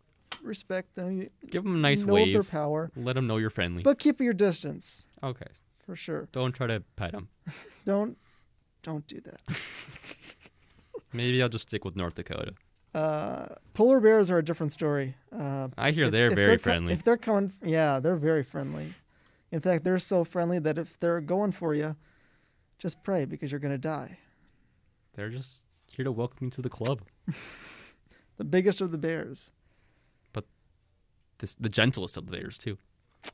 Speaker 1: respect them. you
Speaker 2: Give them a nice
Speaker 1: know
Speaker 2: wave.
Speaker 1: their power,
Speaker 2: Let them know you're friendly.
Speaker 1: but keep your distance
Speaker 2: okay.
Speaker 1: for sure.
Speaker 2: Don't try to pet them.
Speaker 1: Don't don't do that.
Speaker 2: Maybe I'll just stick with North Dakota.
Speaker 1: Uh, polar bears are a different story. Uh,
Speaker 2: I hear
Speaker 1: if-
Speaker 2: they're
Speaker 1: if
Speaker 2: very
Speaker 1: co-
Speaker 2: friendly.
Speaker 1: if they're coming, yeah, they're very friendly. In fact, they're so friendly that if they're going for you, just pray because you're gonna die.
Speaker 2: They're just here to welcome you to the club.
Speaker 1: The biggest of the bears,
Speaker 2: This, the gentlest of the bears too,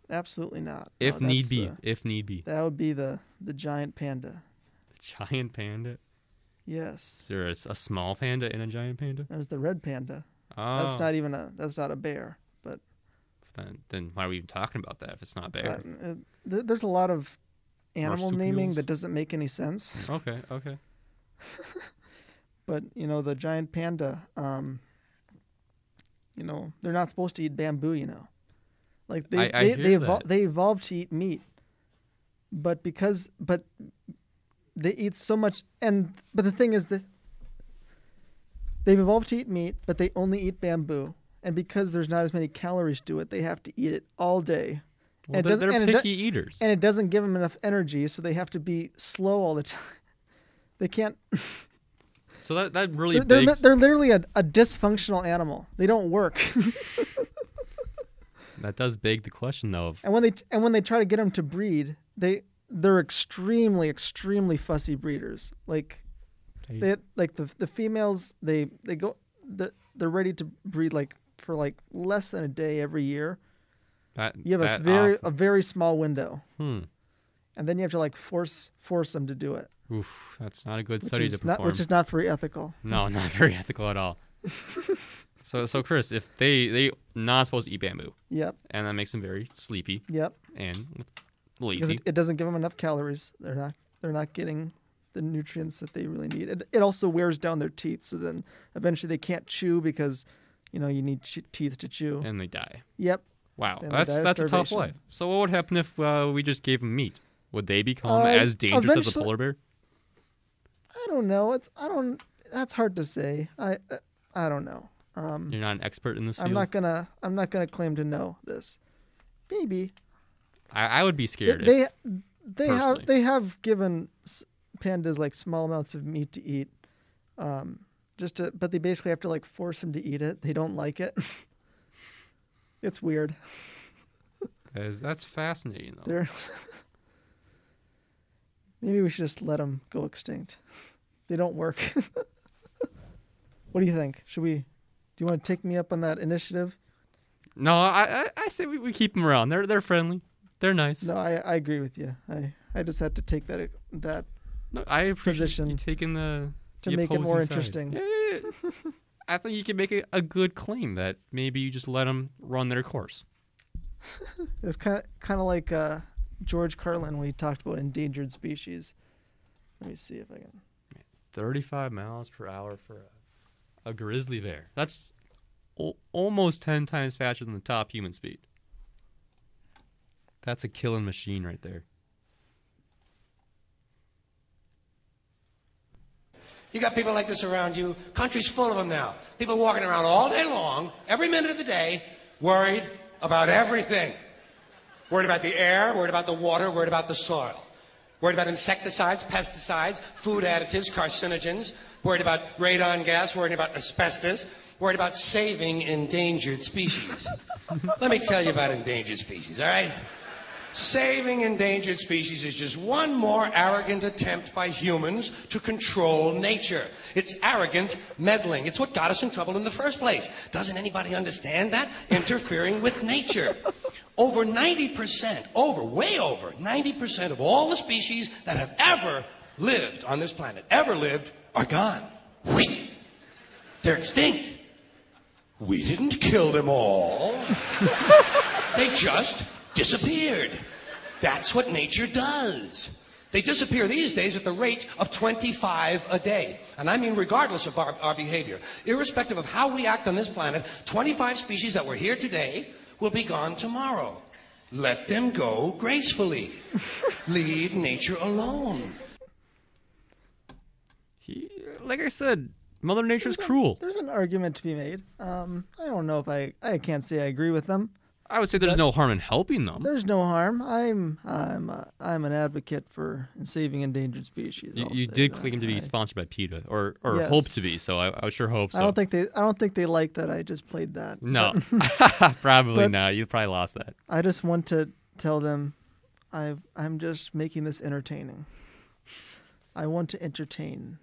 Speaker 1: absolutely not. No,
Speaker 2: if need
Speaker 1: Oh, that's uh,
Speaker 2: be.
Speaker 1: the-
Speaker 2: If need be.
Speaker 1: that would be the the giant panda.
Speaker 2: The giant panda. Is
Speaker 1: Yes,
Speaker 2: there a, s- a small panda and a giant panda?
Speaker 1: there's the red panda.
Speaker 2: Oh,
Speaker 1: That's not even a that's not a bear, but
Speaker 2: then, then why are we even talking about that if it's not
Speaker 1: uh,
Speaker 2: bear?
Speaker 1: uh, there, there's a lot of animal naming
Speaker 2: Marsupials?
Speaker 1: that doesn't make any sense.
Speaker 2: okay, okay.
Speaker 1: But you know the giant panda, um, you know they're not supposed to eat bamboo. You know, like they
Speaker 2: I- I
Speaker 1: they they,
Speaker 2: hear
Speaker 1: evol-
Speaker 2: that.
Speaker 1: they evolved to eat meat, but because but they eat so much, and but the thing is that they've evolved to eat meat, but they only eat bamboo, and because there's not as many calories to it, they have to eat it all day.
Speaker 2: Well,
Speaker 1: it
Speaker 2: they're,
Speaker 1: doesn't-
Speaker 2: they're
Speaker 1: and it
Speaker 2: picky
Speaker 1: do-
Speaker 2: eaters.
Speaker 1: and it doesn't give them enough energy, so they have to be slow all the [laughs] time. They can't.
Speaker 2: so that, that really
Speaker 1: They're, they're, li-
Speaker 2: digs-
Speaker 1: they're literally a, a dysfunctional animal. They don't work, [laughs]
Speaker 2: that does beg the question though of
Speaker 1: and when they t- and when they try to get them to breed, they they're extremely extremely fussy breeders. Like
Speaker 2: They-
Speaker 1: they like the the females they they go the, they're ready to breed like for like less than a day every year.
Speaker 2: that,
Speaker 1: You have a s-
Speaker 2: that
Speaker 1: very
Speaker 2: off-
Speaker 1: a very small window,
Speaker 2: hmm.
Speaker 1: and then you have to like force force them to do it,
Speaker 2: Oof, that's not a good
Speaker 1: which
Speaker 2: study
Speaker 1: is
Speaker 2: to perform.
Speaker 1: not which is not very ethical.
Speaker 2: [laughs] No, not very ethical
Speaker 1: [laughs]
Speaker 2: at all. so, so Chris, if they they not supposed to eat bamboo,
Speaker 1: Yep,
Speaker 2: and that makes them very sleepy
Speaker 1: yep.
Speaker 2: and
Speaker 1: because
Speaker 2: lazy.
Speaker 1: it, it doesn't give them enough calories. They're not they're not getting the nutrients that they really need. It, it also wears down their teeth, so then eventually they can't chew because you know you need ch- teeth to chew.
Speaker 2: and they die.
Speaker 1: yep.
Speaker 2: Wow,
Speaker 1: And they
Speaker 2: that's
Speaker 1: die of
Speaker 2: that's a tough
Speaker 1: starvation.
Speaker 2: life. So, what would happen if uh, we just gave them meat? Would they become
Speaker 1: Uh,
Speaker 2: as dangerous as the
Speaker 1: eventually-
Speaker 2: polar bear?
Speaker 1: I don't know. It's I don't. That's hard to say. I uh, I don't know. Um,
Speaker 2: You're not an expert in this field.
Speaker 1: I'm not gonna I'm not gonna claim to know this. Maybe
Speaker 2: I, I would be
Speaker 1: they
Speaker 2: scared.
Speaker 1: they,
Speaker 2: if,
Speaker 1: they
Speaker 2: personally.
Speaker 1: have they have given s- pandas like small amounts of meat to eat. Um, just to, but they basically have to like force them to eat it. They don't like it. [laughs] it's weird.
Speaker 2: that is- that's fascinating, though.
Speaker 1: They're [laughs] maybe we should just let them go extinct. They don't work. [laughs] what do you think? Should we? Do you want to take me up on that initiative?
Speaker 2: No, I, I I say we, we keep them around. They're they're friendly. They're nice.
Speaker 1: No, I, I agree with you. I, I just had to take that that
Speaker 2: No, I appreciate you
Speaker 1: position
Speaker 2: taking the
Speaker 1: to
Speaker 2: the
Speaker 1: make it more
Speaker 2: opposing side.
Speaker 1: interesting.
Speaker 2: Yeah, yeah, yeah. [laughs] I think you can make a, a good claim that maybe you just let them run their course.
Speaker 1: It's kind of kind of like uh, George Carlin when he talked about endangered species. Let me see if I can.
Speaker 2: Thirty-five miles per hour for a, a grizzly bear. That's o- almost ten times faster than the top human speed. That's a killing machine right there.
Speaker 9: You got people like this around you. Country's full of them now. People walking around all day long, every minute of the day, worried about everything. Worried about the air, worried about the water, worried about the soil. Worried about insecticides, pesticides, food additives, carcinogens. Worried about radon gas, worried about asbestos. Worried about saving endangered species. Let me tell you about endangered species, all right? Saving endangered species is just one more arrogant attempt by humans to control nature. It's arrogant meddling. It's what got us in trouble in the first place. Doesn't anybody understand that? Interfering with nature. Over 90%, over, way over, 90% of all the species that have ever lived on this planet, ever lived, are gone. They're extinct. We didn't kill them all. They just disappeared. That's what nature does. They disappear these days at the rate of 25 a day. And I mean, regardless of our, our behavior, irrespective of how we act on this planet, 25 species that were here today will be gone tomorrow. Let them go gracefully. Leave nature alone.
Speaker 2: He, like I said, Mother Nature's cruel.
Speaker 1: There's an argument to be made. Um, I don't know if I I can't say I agree with them.
Speaker 2: I would say there's no harm in helping them.
Speaker 1: There's no harm. I'm I'm uh, I'm an advocate for saving endangered species.
Speaker 2: You,
Speaker 1: I'll
Speaker 2: you
Speaker 1: say
Speaker 2: did
Speaker 1: that.
Speaker 2: claim to be
Speaker 1: I-
Speaker 2: sponsored by PETA, or or
Speaker 1: Yes.
Speaker 2: hope to be. So I, I sure hope so.
Speaker 1: I don't think they I don't think they like that I just played that.
Speaker 2: no,
Speaker 1: [laughs]
Speaker 2: [laughs] probably
Speaker 1: but-
Speaker 2: not. You probably lost that.
Speaker 1: I just want to tell them I I'm just making this entertaining. I want to entertain.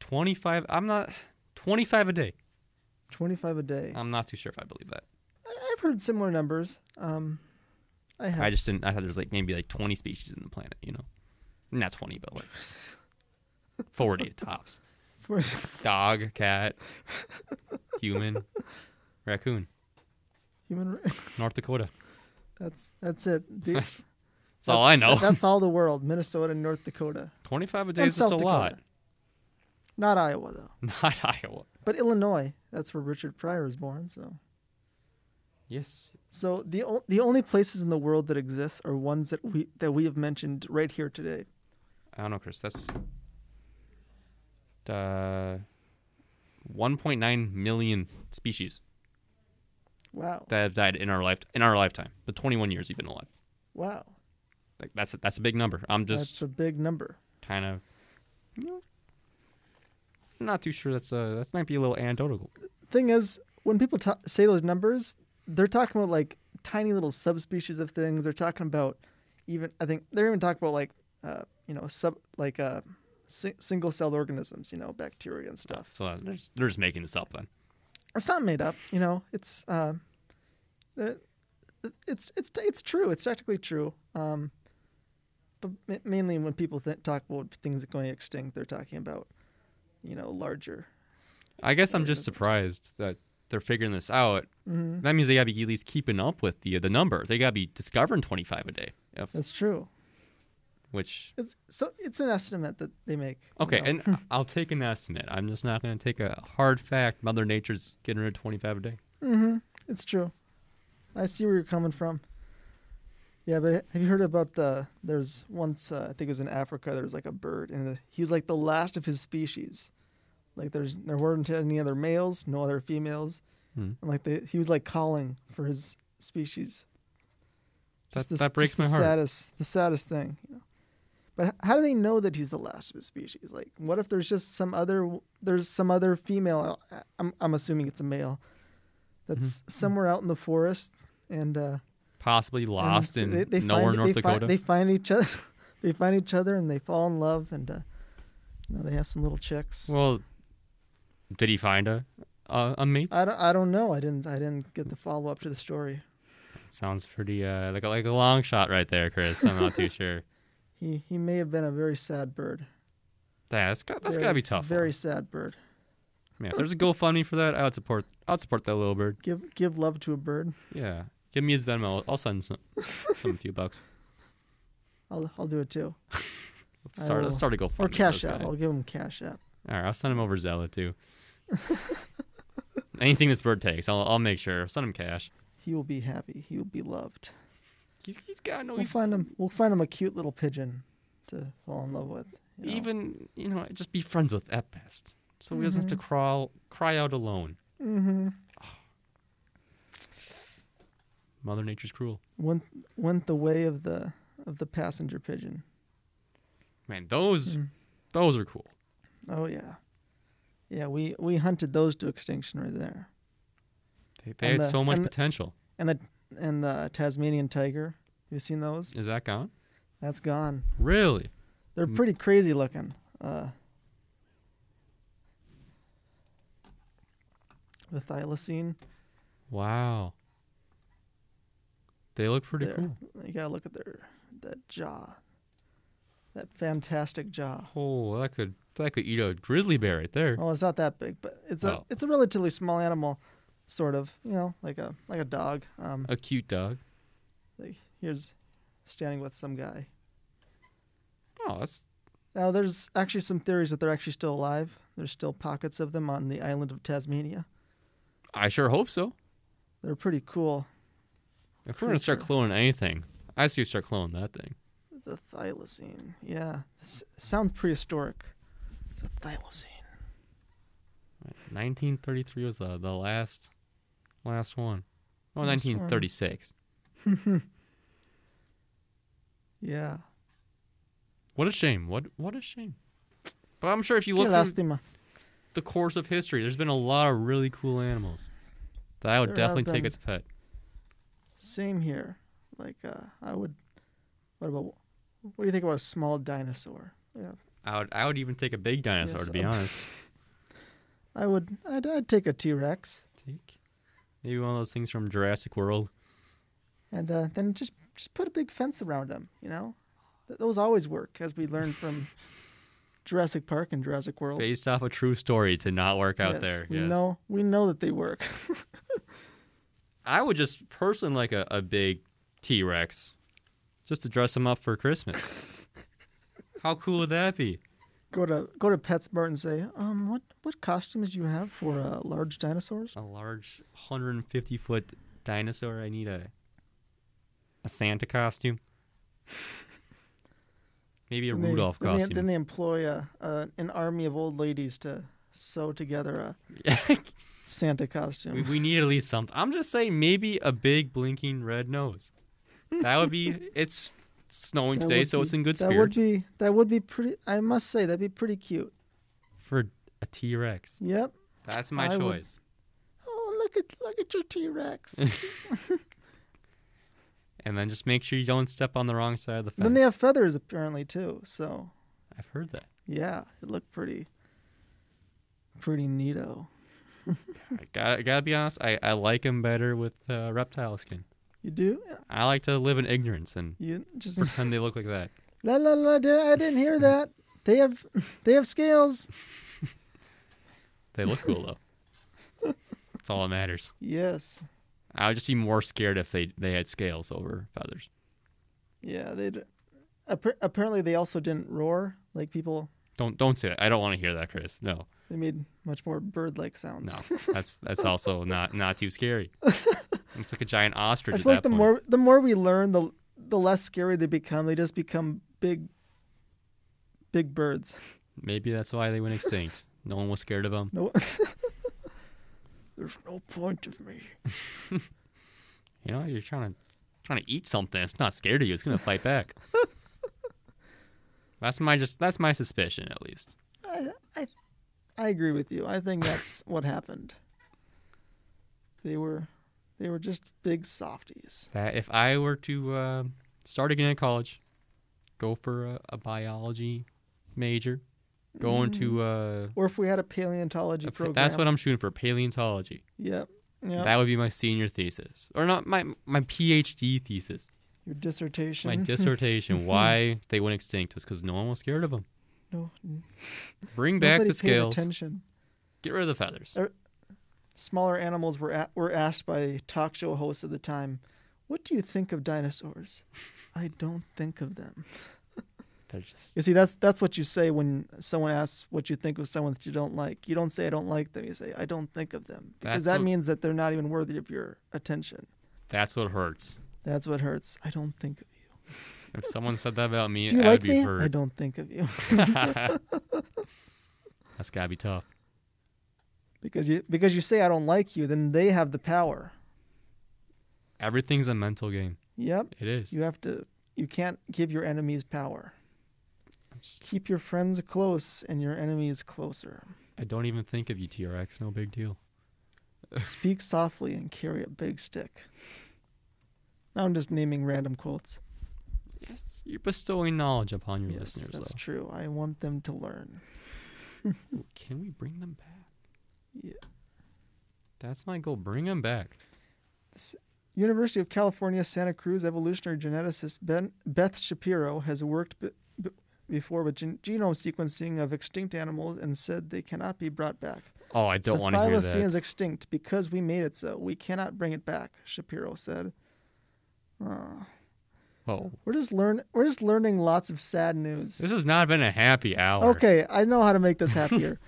Speaker 2: 25. I'm not 25 a day.
Speaker 1: 25 a day.
Speaker 2: I'm not too sure if I believe that.
Speaker 1: I've heard similar numbers. Um, I have.
Speaker 2: I just didn't. I thought there was like maybe like 20 species in the planet. You know, not 20, but like
Speaker 1: [laughs]
Speaker 2: 40 at tops. Dog, cat, human, raccoon,
Speaker 1: human. ra- [laughs]
Speaker 2: North Dakota.
Speaker 1: That's that's it.
Speaker 2: [laughs]
Speaker 1: The-
Speaker 2: That's all I know. [laughs]
Speaker 1: That's all the world. Minnesota, North Dakota,
Speaker 2: 25 a day
Speaker 1: and
Speaker 2: is just
Speaker 1: South
Speaker 2: a lot.
Speaker 1: not Iowa though,
Speaker 2: [laughs] Not Iowa.
Speaker 1: but Illinois. That's where Richard Pryor was born. So,
Speaker 2: Yes.
Speaker 1: so the o- the only places in the world that exist are ones that we that we have mentioned right here today.
Speaker 2: I don't know, Chris. That's uh, 1.9 million species
Speaker 1: Wow.
Speaker 2: that have died in our life in our lifetime. The 21 years you've been alive.
Speaker 1: wow.
Speaker 2: Like that's a, that's a big number. I'm just
Speaker 1: That's a big number.
Speaker 2: kind of you know, not too sure. That's uh that might be a little anecdotal.
Speaker 1: Thing is, when people ta- say those numbers, they're talking about like tiny little subspecies of things. They're talking about even I think they're even talking about like uh, you know sub like uh, si- single celled organisms, you know, bacteria and stuff.
Speaker 2: So uh, they're just, they're just making this up then.
Speaker 1: it's not made up. You know, it's uh, the- it's it's it's true. It's technically true. Um, but ma- mainly when people th- talk about things that are going extinct, they're talking about you know larger.
Speaker 2: I guess I'm just surprised that they're figuring this out.
Speaker 1: Mm-hmm.
Speaker 2: That means they gotta be at least keeping up with the the number. They gotta be discovering 25 a day. If,
Speaker 1: That's true.
Speaker 2: which
Speaker 1: It's, so it's an estimate that they make. you
Speaker 2: Okay,
Speaker 1: know.
Speaker 2: and I- I'll take an estimate. I'm just not going to take a hard fact. Mother Nature's getting rid of 25 a day.
Speaker 1: it's true. I see where you're coming from. Yeah, but have you heard about the? There's once uh, I think it was in Africa. There was like a bird, and he was like the last of his species. Like there's there weren't any other males, no other females, and like they, he was like calling for his species.
Speaker 2: That,
Speaker 1: Just the-
Speaker 2: that breaks
Speaker 1: just
Speaker 2: my
Speaker 1: the
Speaker 2: heart.
Speaker 1: Saddest, the saddest thing. You know? But h- how do they know that he's the last of his species? Like, what if there's just some other there's some other female? I- I'm I'm assuming it's a male
Speaker 2: Mm-hmm.
Speaker 1: that's somewhere out in the forest, and uh,
Speaker 2: Possibly
Speaker 1: and
Speaker 2: lost in
Speaker 1: they- they
Speaker 2: nowhere
Speaker 1: find-
Speaker 2: North
Speaker 1: they
Speaker 2: Dakota.
Speaker 1: Find, they find each other. [laughs] they find each other and they fall in love, and uh, you know they have some little chicks.
Speaker 2: well, did he find a a, a mate?
Speaker 1: I don't I don't know. I didn't I didn't get the follow up to the story.
Speaker 2: Sounds pretty uh, like a, like a long shot right there, Chris. I'm
Speaker 1: [laughs]
Speaker 2: not too sure.
Speaker 1: He he may have been a very sad bird.
Speaker 2: Yeah, that's got that's
Speaker 1: Very-
Speaker 2: got to be tough. for
Speaker 1: Very
Speaker 2: him.
Speaker 1: sad bird.
Speaker 2: Yeah, if there's a GoFundMe for that, I would support. I'd support that little bird.
Speaker 1: Give give love to a bird.
Speaker 2: Yeah, give me his Venmo. I'll- I'll send
Speaker 1: [laughs]
Speaker 2: some, some few bucks.
Speaker 1: I'll I'll do it too.
Speaker 2: Let's start. Let's
Speaker 1: will.
Speaker 2: start a GoFundMe.
Speaker 1: Oh, Or Cash
Speaker 2: for this
Speaker 1: App.
Speaker 2: guy.
Speaker 1: I'll give him Cash App.
Speaker 2: All right, I'll send him over Zella
Speaker 1: [laughs]
Speaker 2: too. Anything this bird takes, I'll, I'll make sure. Send him cash.
Speaker 1: He will be happy. He will be loved.
Speaker 2: He's, he's got no.
Speaker 1: We'll
Speaker 2: He's,
Speaker 1: find him. We'll find him a cute little pigeon to fall in love with. you know.
Speaker 2: even you know, just be friends with at best, so he doesn't have to
Speaker 1: Mm-hmm.
Speaker 2: crawl, cry out alone. Mm-hmm. [sighs] Mother Nature's cruel.
Speaker 1: went went the way of the of the passenger pigeon.
Speaker 2: Man, those
Speaker 1: Mm.
Speaker 2: those are cool.
Speaker 1: Oh yeah, yeah. We we hunted those to extinction right there,
Speaker 2: They, they
Speaker 1: And
Speaker 2: had
Speaker 1: the-
Speaker 2: so much
Speaker 1: and the-
Speaker 2: potential.
Speaker 1: and the and the Tasmanian tiger. You seen those?
Speaker 2: Is that gone?
Speaker 1: That's gone.
Speaker 2: Really?
Speaker 1: They're pretty crazy looking. Uh, the thylacine.
Speaker 2: Wow. They look pretty
Speaker 1: there.
Speaker 2: cool.
Speaker 1: You gotta look at their that jaw, that fantastic jaw.
Speaker 2: Oh, that could that could eat a grizzly bear right there.
Speaker 1: Well, it's not that big, but it's a
Speaker 2: Oh.
Speaker 1: it's a relatively small animal, sort of. You know, like a like a dog. Um,
Speaker 2: A cute dog.
Speaker 1: like here's standing with some guy.
Speaker 2: Oh, that's
Speaker 1: Now, there's actually some theories that they're actually still alive. There's still pockets of them on the island of Tasmania.
Speaker 2: I sure hope so.
Speaker 1: They're pretty cool.
Speaker 2: If we're gonna start cloning anything, I say we start cloning that thing.
Speaker 1: The thylacine. Yeah, this sounds prehistoric. It's a thylacine.
Speaker 2: 1933 was the, the last last one. Oh, 1936.
Speaker 1: Yeah.
Speaker 2: What a shame. What what a shame. But I'm sure if you
Speaker 1: Qué
Speaker 2: look through
Speaker 1: lástima.
Speaker 2: the course of history, there's been a lot of really cool animals that I would
Speaker 1: There have
Speaker 2: definitely take
Speaker 1: been.
Speaker 2: as a pet.
Speaker 1: Same here. Like uh, I would. What about? What do you think about a small dinosaur? Yeah,
Speaker 2: I would I would even take a big dinosaur
Speaker 1: Yes,
Speaker 2: to be
Speaker 1: um,
Speaker 2: honest.
Speaker 1: I would. I'd, I'd take a T Rex,
Speaker 2: Take maybe one of those things from Jurassic World.
Speaker 1: and uh, then just just put a big fence around them. You know, Th- those always work, as we learned
Speaker 2: [laughs]
Speaker 1: from Jurassic Park and Jurassic World.
Speaker 2: Based off a true story to not work out
Speaker 1: Yes,
Speaker 2: there.
Speaker 1: we
Speaker 2: yes.
Speaker 1: know we know that they work. [laughs]
Speaker 2: I would just personally like a, a big T Rex just to dress him up
Speaker 1: [laughs]
Speaker 2: for Christmas. How cool would that be?
Speaker 1: go to go to PetSmart and say, um, what what costumes you have for uh, large dinosaurs?
Speaker 2: A large 150 foot dinosaur. I need a a Santa costume. [laughs] Maybe a
Speaker 1: And they-
Speaker 2: Rudolph
Speaker 1: then they-
Speaker 2: costume.
Speaker 1: then they employ a, a, an army of old ladies to sew together a
Speaker 2: [laughs]
Speaker 1: Santa costume.
Speaker 2: we, we need at least something. I'm just saying, maybe a big blinking red nose. That
Speaker 1: [laughs]
Speaker 2: would be. It's snowing
Speaker 1: That
Speaker 2: today,
Speaker 1: would
Speaker 2: so it's
Speaker 1: be-
Speaker 2: in good
Speaker 1: That would
Speaker 2: spirits
Speaker 1: be that would be pretty. I must say that'd be pretty cute.
Speaker 2: for a T Rex.
Speaker 1: Yep.
Speaker 2: That's my
Speaker 1: I would-
Speaker 2: choice.
Speaker 1: Oh look at look at your T
Speaker 2: [laughs]
Speaker 1: Rex.
Speaker 2: And then just make sure you don't step on the wrong side of the fence.
Speaker 1: then they have feathers apparently too. So
Speaker 2: I've heard that.
Speaker 1: yeah, it looked pretty pretty neato.
Speaker 2: I gotta, I gotta be honest. I, I like them better with uh, reptile skin.
Speaker 1: You do
Speaker 2: I like to live in ignorance and
Speaker 1: you
Speaker 2: [laughs]
Speaker 1: just
Speaker 2: pretend they look like that.
Speaker 1: la la la. Did, I didn't hear that. They have [laughs] they have scales.
Speaker 2: They look cool though. That's all that matters.
Speaker 1: Yes.
Speaker 2: I would just be more scared if they they had scales over feathers.
Speaker 1: Yeah. They appar- apparently they also didn't roar like people.
Speaker 2: Don't don't say that. I don't want to hear that, Chris. No,
Speaker 1: They made much more bird-like sounds.
Speaker 2: no. That's that's also not not too scary. It's like a giant ostrich
Speaker 1: I
Speaker 2: at
Speaker 1: feel like
Speaker 2: that
Speaker 1: the
Speaker 2: point.
Speaker 1: more the more we learn, the the less scary they become. They just become big, big birds. [laughs]
Speaker 2: Maybe that's why they went extinct. No one was scared of them.
Speaker 1: No, [laughs] there's no point of me.
Speaker 2: You know, you're trying to trying to eat something. It's not scared of you. It's gonna fight back. that's my just that's my suspicion at least.
Speaker 1: I, I I agree with you. I
Speaker 2: [laughs]
Speaker 1: think that's what happened. They were they were just big softies.
Speaker 2: That if I were to uh, start again at college, go for a, a biology major, go into uh,
Speaker 1: Or if we had a paleontology
Speaker 2: a pa-
Speaker 1: Mm. program.
Speaker 2: that's what I'm shooting for paleontology.
Speaker 1: Yep. Yep.
Speaker 2: That would be my senior thesis, or not my my PhD thesis.
Speaker 1: Your dissertation.
Speaker 2: My
Speaker 1: Mm-hmm.
Speaker 2: dissertation: Why they went extinct was because no one was scared of them.
Speaker 1: no. n-
Speaker 2: Bring
Speaker 1: Nobody
Speaker 2: back the
Speaker 1: paid
Speaker 2: scales.
Speaker 1: attention.
Speaker 2: Get rid of the feathers.
Speaker 1: smaller animals were a were asked by talk show hosts at the time, "What do you think of dinosaurs?" I don't think of them.
Speaker 2: They're just
Speaker 1: You see, that's that's what you say when someone asks what you think of someone that you don't like. You don't say I don't like them. You say I don't think of them because
Speaker 2: That's
Speaker 1: that
Speaker 2: what-
Speaker 1: means that they're not even worthy of your attention.
Speaker 2: that's what hurts.
Speaker 1: That's what hurts. I don't think of you.
Speaker 2: If someone said that about me,
Speaker 1: Do you
Speaker 2: I
Speaker 1: like
Speaker 2: would be
Speaker 1: me? I
Speaker 2: hurt.
Speaker 1: don't think of you [laughs]
Speaker 2: [laughs] That's gotta be tough.
Speaker 1: because you because you say I don't like you. Then they have the power.
Speaker 2: Everything's a mental game.
Speaker 1: Yep.
Speaker 2: It is.
Speaker 1: You have to. You can't give your enemies power. Keep your friends close and your enemies closer.
Speaker 2: I don't even think of you, T Rex. No big deal.
Speaker 1: Speak softly and carry a big stick. Now I'm just naming random quotes.
Speaker 2: Yes, you're bestowing knowledge upon your
Speaker 1: Yes,
Speaker 2: listeners,
Speaker 1: that's
Speaker 2: though.
Speaker 1: true. I want them to learn.
Speaker 2: Can we bring them back?
Speaker 1: Yeah.
Speaker 2: That's my goal. Bring them back.
Speaker 1: University of California, Santa Cruz evolutionary geneticist ben, Beth Shapiro has worked b- b- before with gen- genome sequencing of extinct animals and said they cannot be brought back.
Speaker 2: Oh, I don't
Speaker 1: the
Speaker 2: want to hear
Speaker 1: thylacine
Speaker 2: that.
Speaker 1: is extinct because we made it so. We cannot bring it back, Shapiro said. Ah,
Speaker 2: oh,
Speaker 1: We're just learn we're just learning lots of sad news.
Speaker 2: this has not been a happy hour.
Speaker 1: Okay, I know how to make this
Speaker 2: [laughs]
Speaker 1: happier.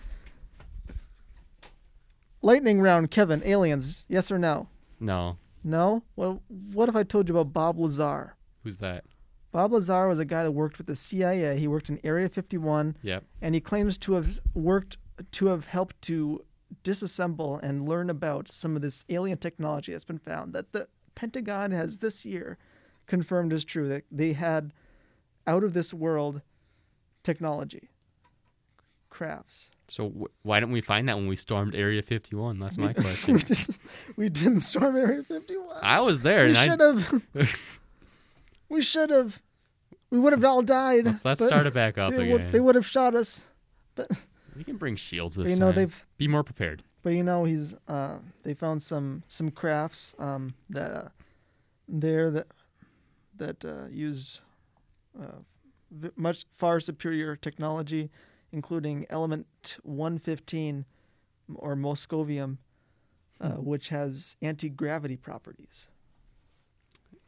Speaker 1: Lightning round, Kevin. Aliens, yes or no?
Speaker 2: No,
Speaker 1: No. Well, what if I told you about Bob Lazar?
Speaker 2: who's that?
Speaker 1: Bob Lazar was a guy that worked with the CIA. He worked in Area 51,
Speaker 2: Yep.
Speaker 1: and he claims to have worked to have helped to disassemble and learn about some of this alien technology that's been found that the Pentagon has this year confirmed is true that they had out of this world technology crafts.
Speaker 2: So wh- why didn't we find that when we stormed Area 51? That's
Speaker 1: [laughs]
Speaker 2: my
Speaker 1: we
Speaker 2: question.
Speaker 1: just we didn't storm Area 51.
Speaker 2: I was there,
Speaker 1: we
Speaker 2: and I
Speaker 1: should have.
Speaker 2: [laughs]
Speaker 1: we should have. We would have all died.
Speaker 2: Let's- let's
Speaker 1: but
Speaker 2: start it back up
Speaker 1: they would-
Speaker 2: again.
Speaker 1: they would have shot us, but
Speaker 2: we can bring shields
Speaker 1: But
Speaker 2: this
Speaker 1: you know,
Speaker 2: time.
Speaker 1: they've-
Speaker 2: Be more prepared.
Speaker 1: but you know he's. Uh, they found some some crafts um, that uh, there that that uh, use uh, v- much far superior technology, including element 115 or Moscovium, uh, which has anti gravity properties.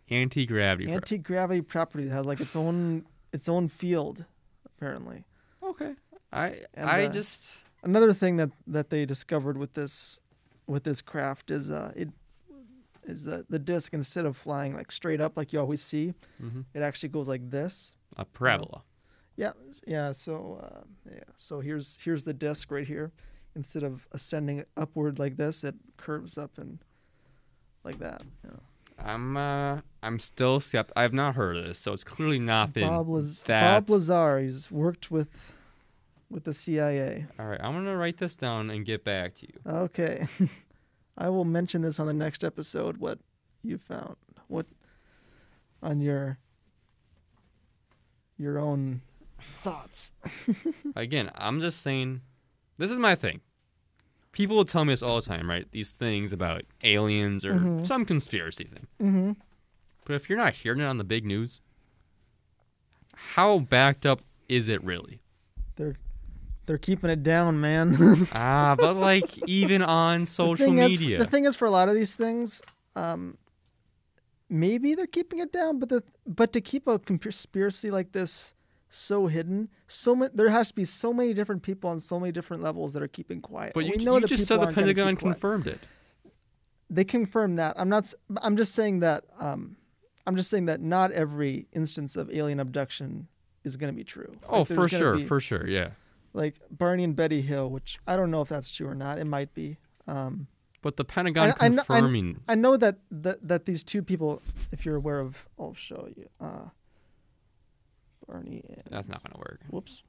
Speaker 2: Anti-gravity. pro-
Speaker 1: anti gravity property that has like its own its own field, apparently.
Speaker 2: okay. I
Speaker 1: And,
Speaker 2: I
Speaker 1: uh,
Speaker 2: just
Speaker 1: Another thing that, that they discovered with this with this craft is uh it is that the disc instead of flying like straight up like you always see, it actually goes like this.
Speaker 2: a parabola.
Speaker 1: Yeah, s- yeah. So uh, yeah, so here's here's the disc right here. Instead of ascending upward like this, it curves up and like that. you know.
Speaker 2: I'm uh I'm still skeptical. I've not heard of this, so it's clearly not been
Speaker 1: Bob, Laz-
Speaker 2: that.
Speaker 1: Bob Lazar, he's worked with with the CIA.
Speaker 2: All right, I'm gonna write this down and get back to you.
Speaker 1: Okay. [laughs] I will mention this on the next episode what you found. What on your your own thoughts. Hmm.
Speaker 2: Again, I'm just saying, this is my thing. People will tell me this all the time, right? These things about aliens or
Speaker 1: Mm-hmm.
Speaker 2: some conspiracy thing. Mm-hmm. But if you're not hearing it on the big news, how backed up is it really?
Speaker 1: They're they're keeping it down, man. [laughs]
Speaker 2: Ah, but like even on social
Speaker 1: thing is-
Speaker 2: media,
Speaker 1: the thing is for a lot of these things, um maybe they're keeping it down, but the but to keep a conspiracy like this so hidden, so ma- there has to be so many different people on so many different levels that are keeping quiet.
Speaker 2: but
Speaker 1: And
Speaker 2: you,
Speaker 1: we know
Speaker 2: you
Speaker 1: that
Speaker 2: just
Speaker 1: people
Speaker 2: said
Speaker 1: aren't
Speaker 2: the
Speaker 1: gonna keep
Speaker 2: Pentagon
Speaker 1: quiet.
Speaker 2: confirmed it.
Speaker 1: they confirm that. I'm not. s- I'm just saying that. Um, I'm just saying that not every instance of alien abduction is going to be true.
Speaker 2: Oh,
Speaker 1: Like, there's
Speaker 2: for
Speaker 1: gonna
Speaker 2: sure,
Speaker 1: be-
Speaker 2: for sure, yeah.
Speaker 1: like Barney and Betty Hill, which I don't know if that's true or not. It might be. Um,
Speaker 2: But the Pentagon
Speaker 1: I, I kn- I,
Speaker 2: confirming.
Speaker 1: I know that, that that these two people, if you're aware of, I'll show you. Uh, Barney and
Speaker 2: That's not gonna work.
Speaker 1: whoops.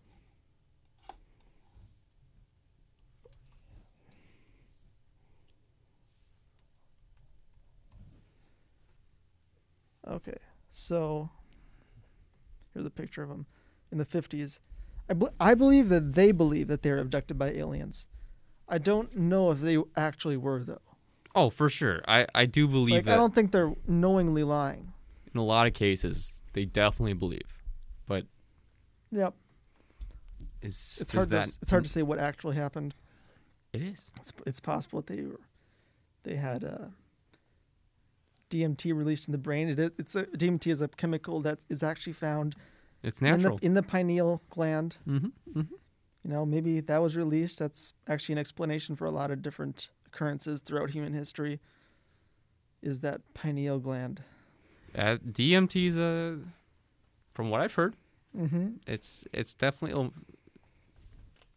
Speaker 1: Okay, so here's a picture of them in the 50s. I, bel I believe that they believe that they were abducted by aliens. I don't know if they actually were, though.
Speaker 2: Oh, for sure. I, I do believe
Speaker 1: Like,
Speaker 2: that
Speaker 1: I don't think they're knowingly lying.
Speaker 2: in a lot of cases they definitely believe, but
Speaker 1: Yep.
Speaker 2: is
Speaker 1: It's
Speaker 2: is
Speaker 1: hard,
Speaker 2: that
Speaker 1: to, s- it's hard to say what actually happened.
Speaker 2: It is.
Speaker 1: It's, it's possible that they were, they had uh, DMT released in the brain. It, it's a, DMT is a chemical that is actually found
Speaker 2: It's
Speaker 1: in the,
Speaker 2: natural.
Speaker 1: in the pineal gland. Mm-hmm, You know, maybe that was released. That's actually an explanation for a lot of different occurrences throughout human history. Is that pineal gland?
Speaker 2: Uh, DMT's a, from what I've heard,
Speaker 1: Mm-hmm.
Speaker 2: it's it's definitely.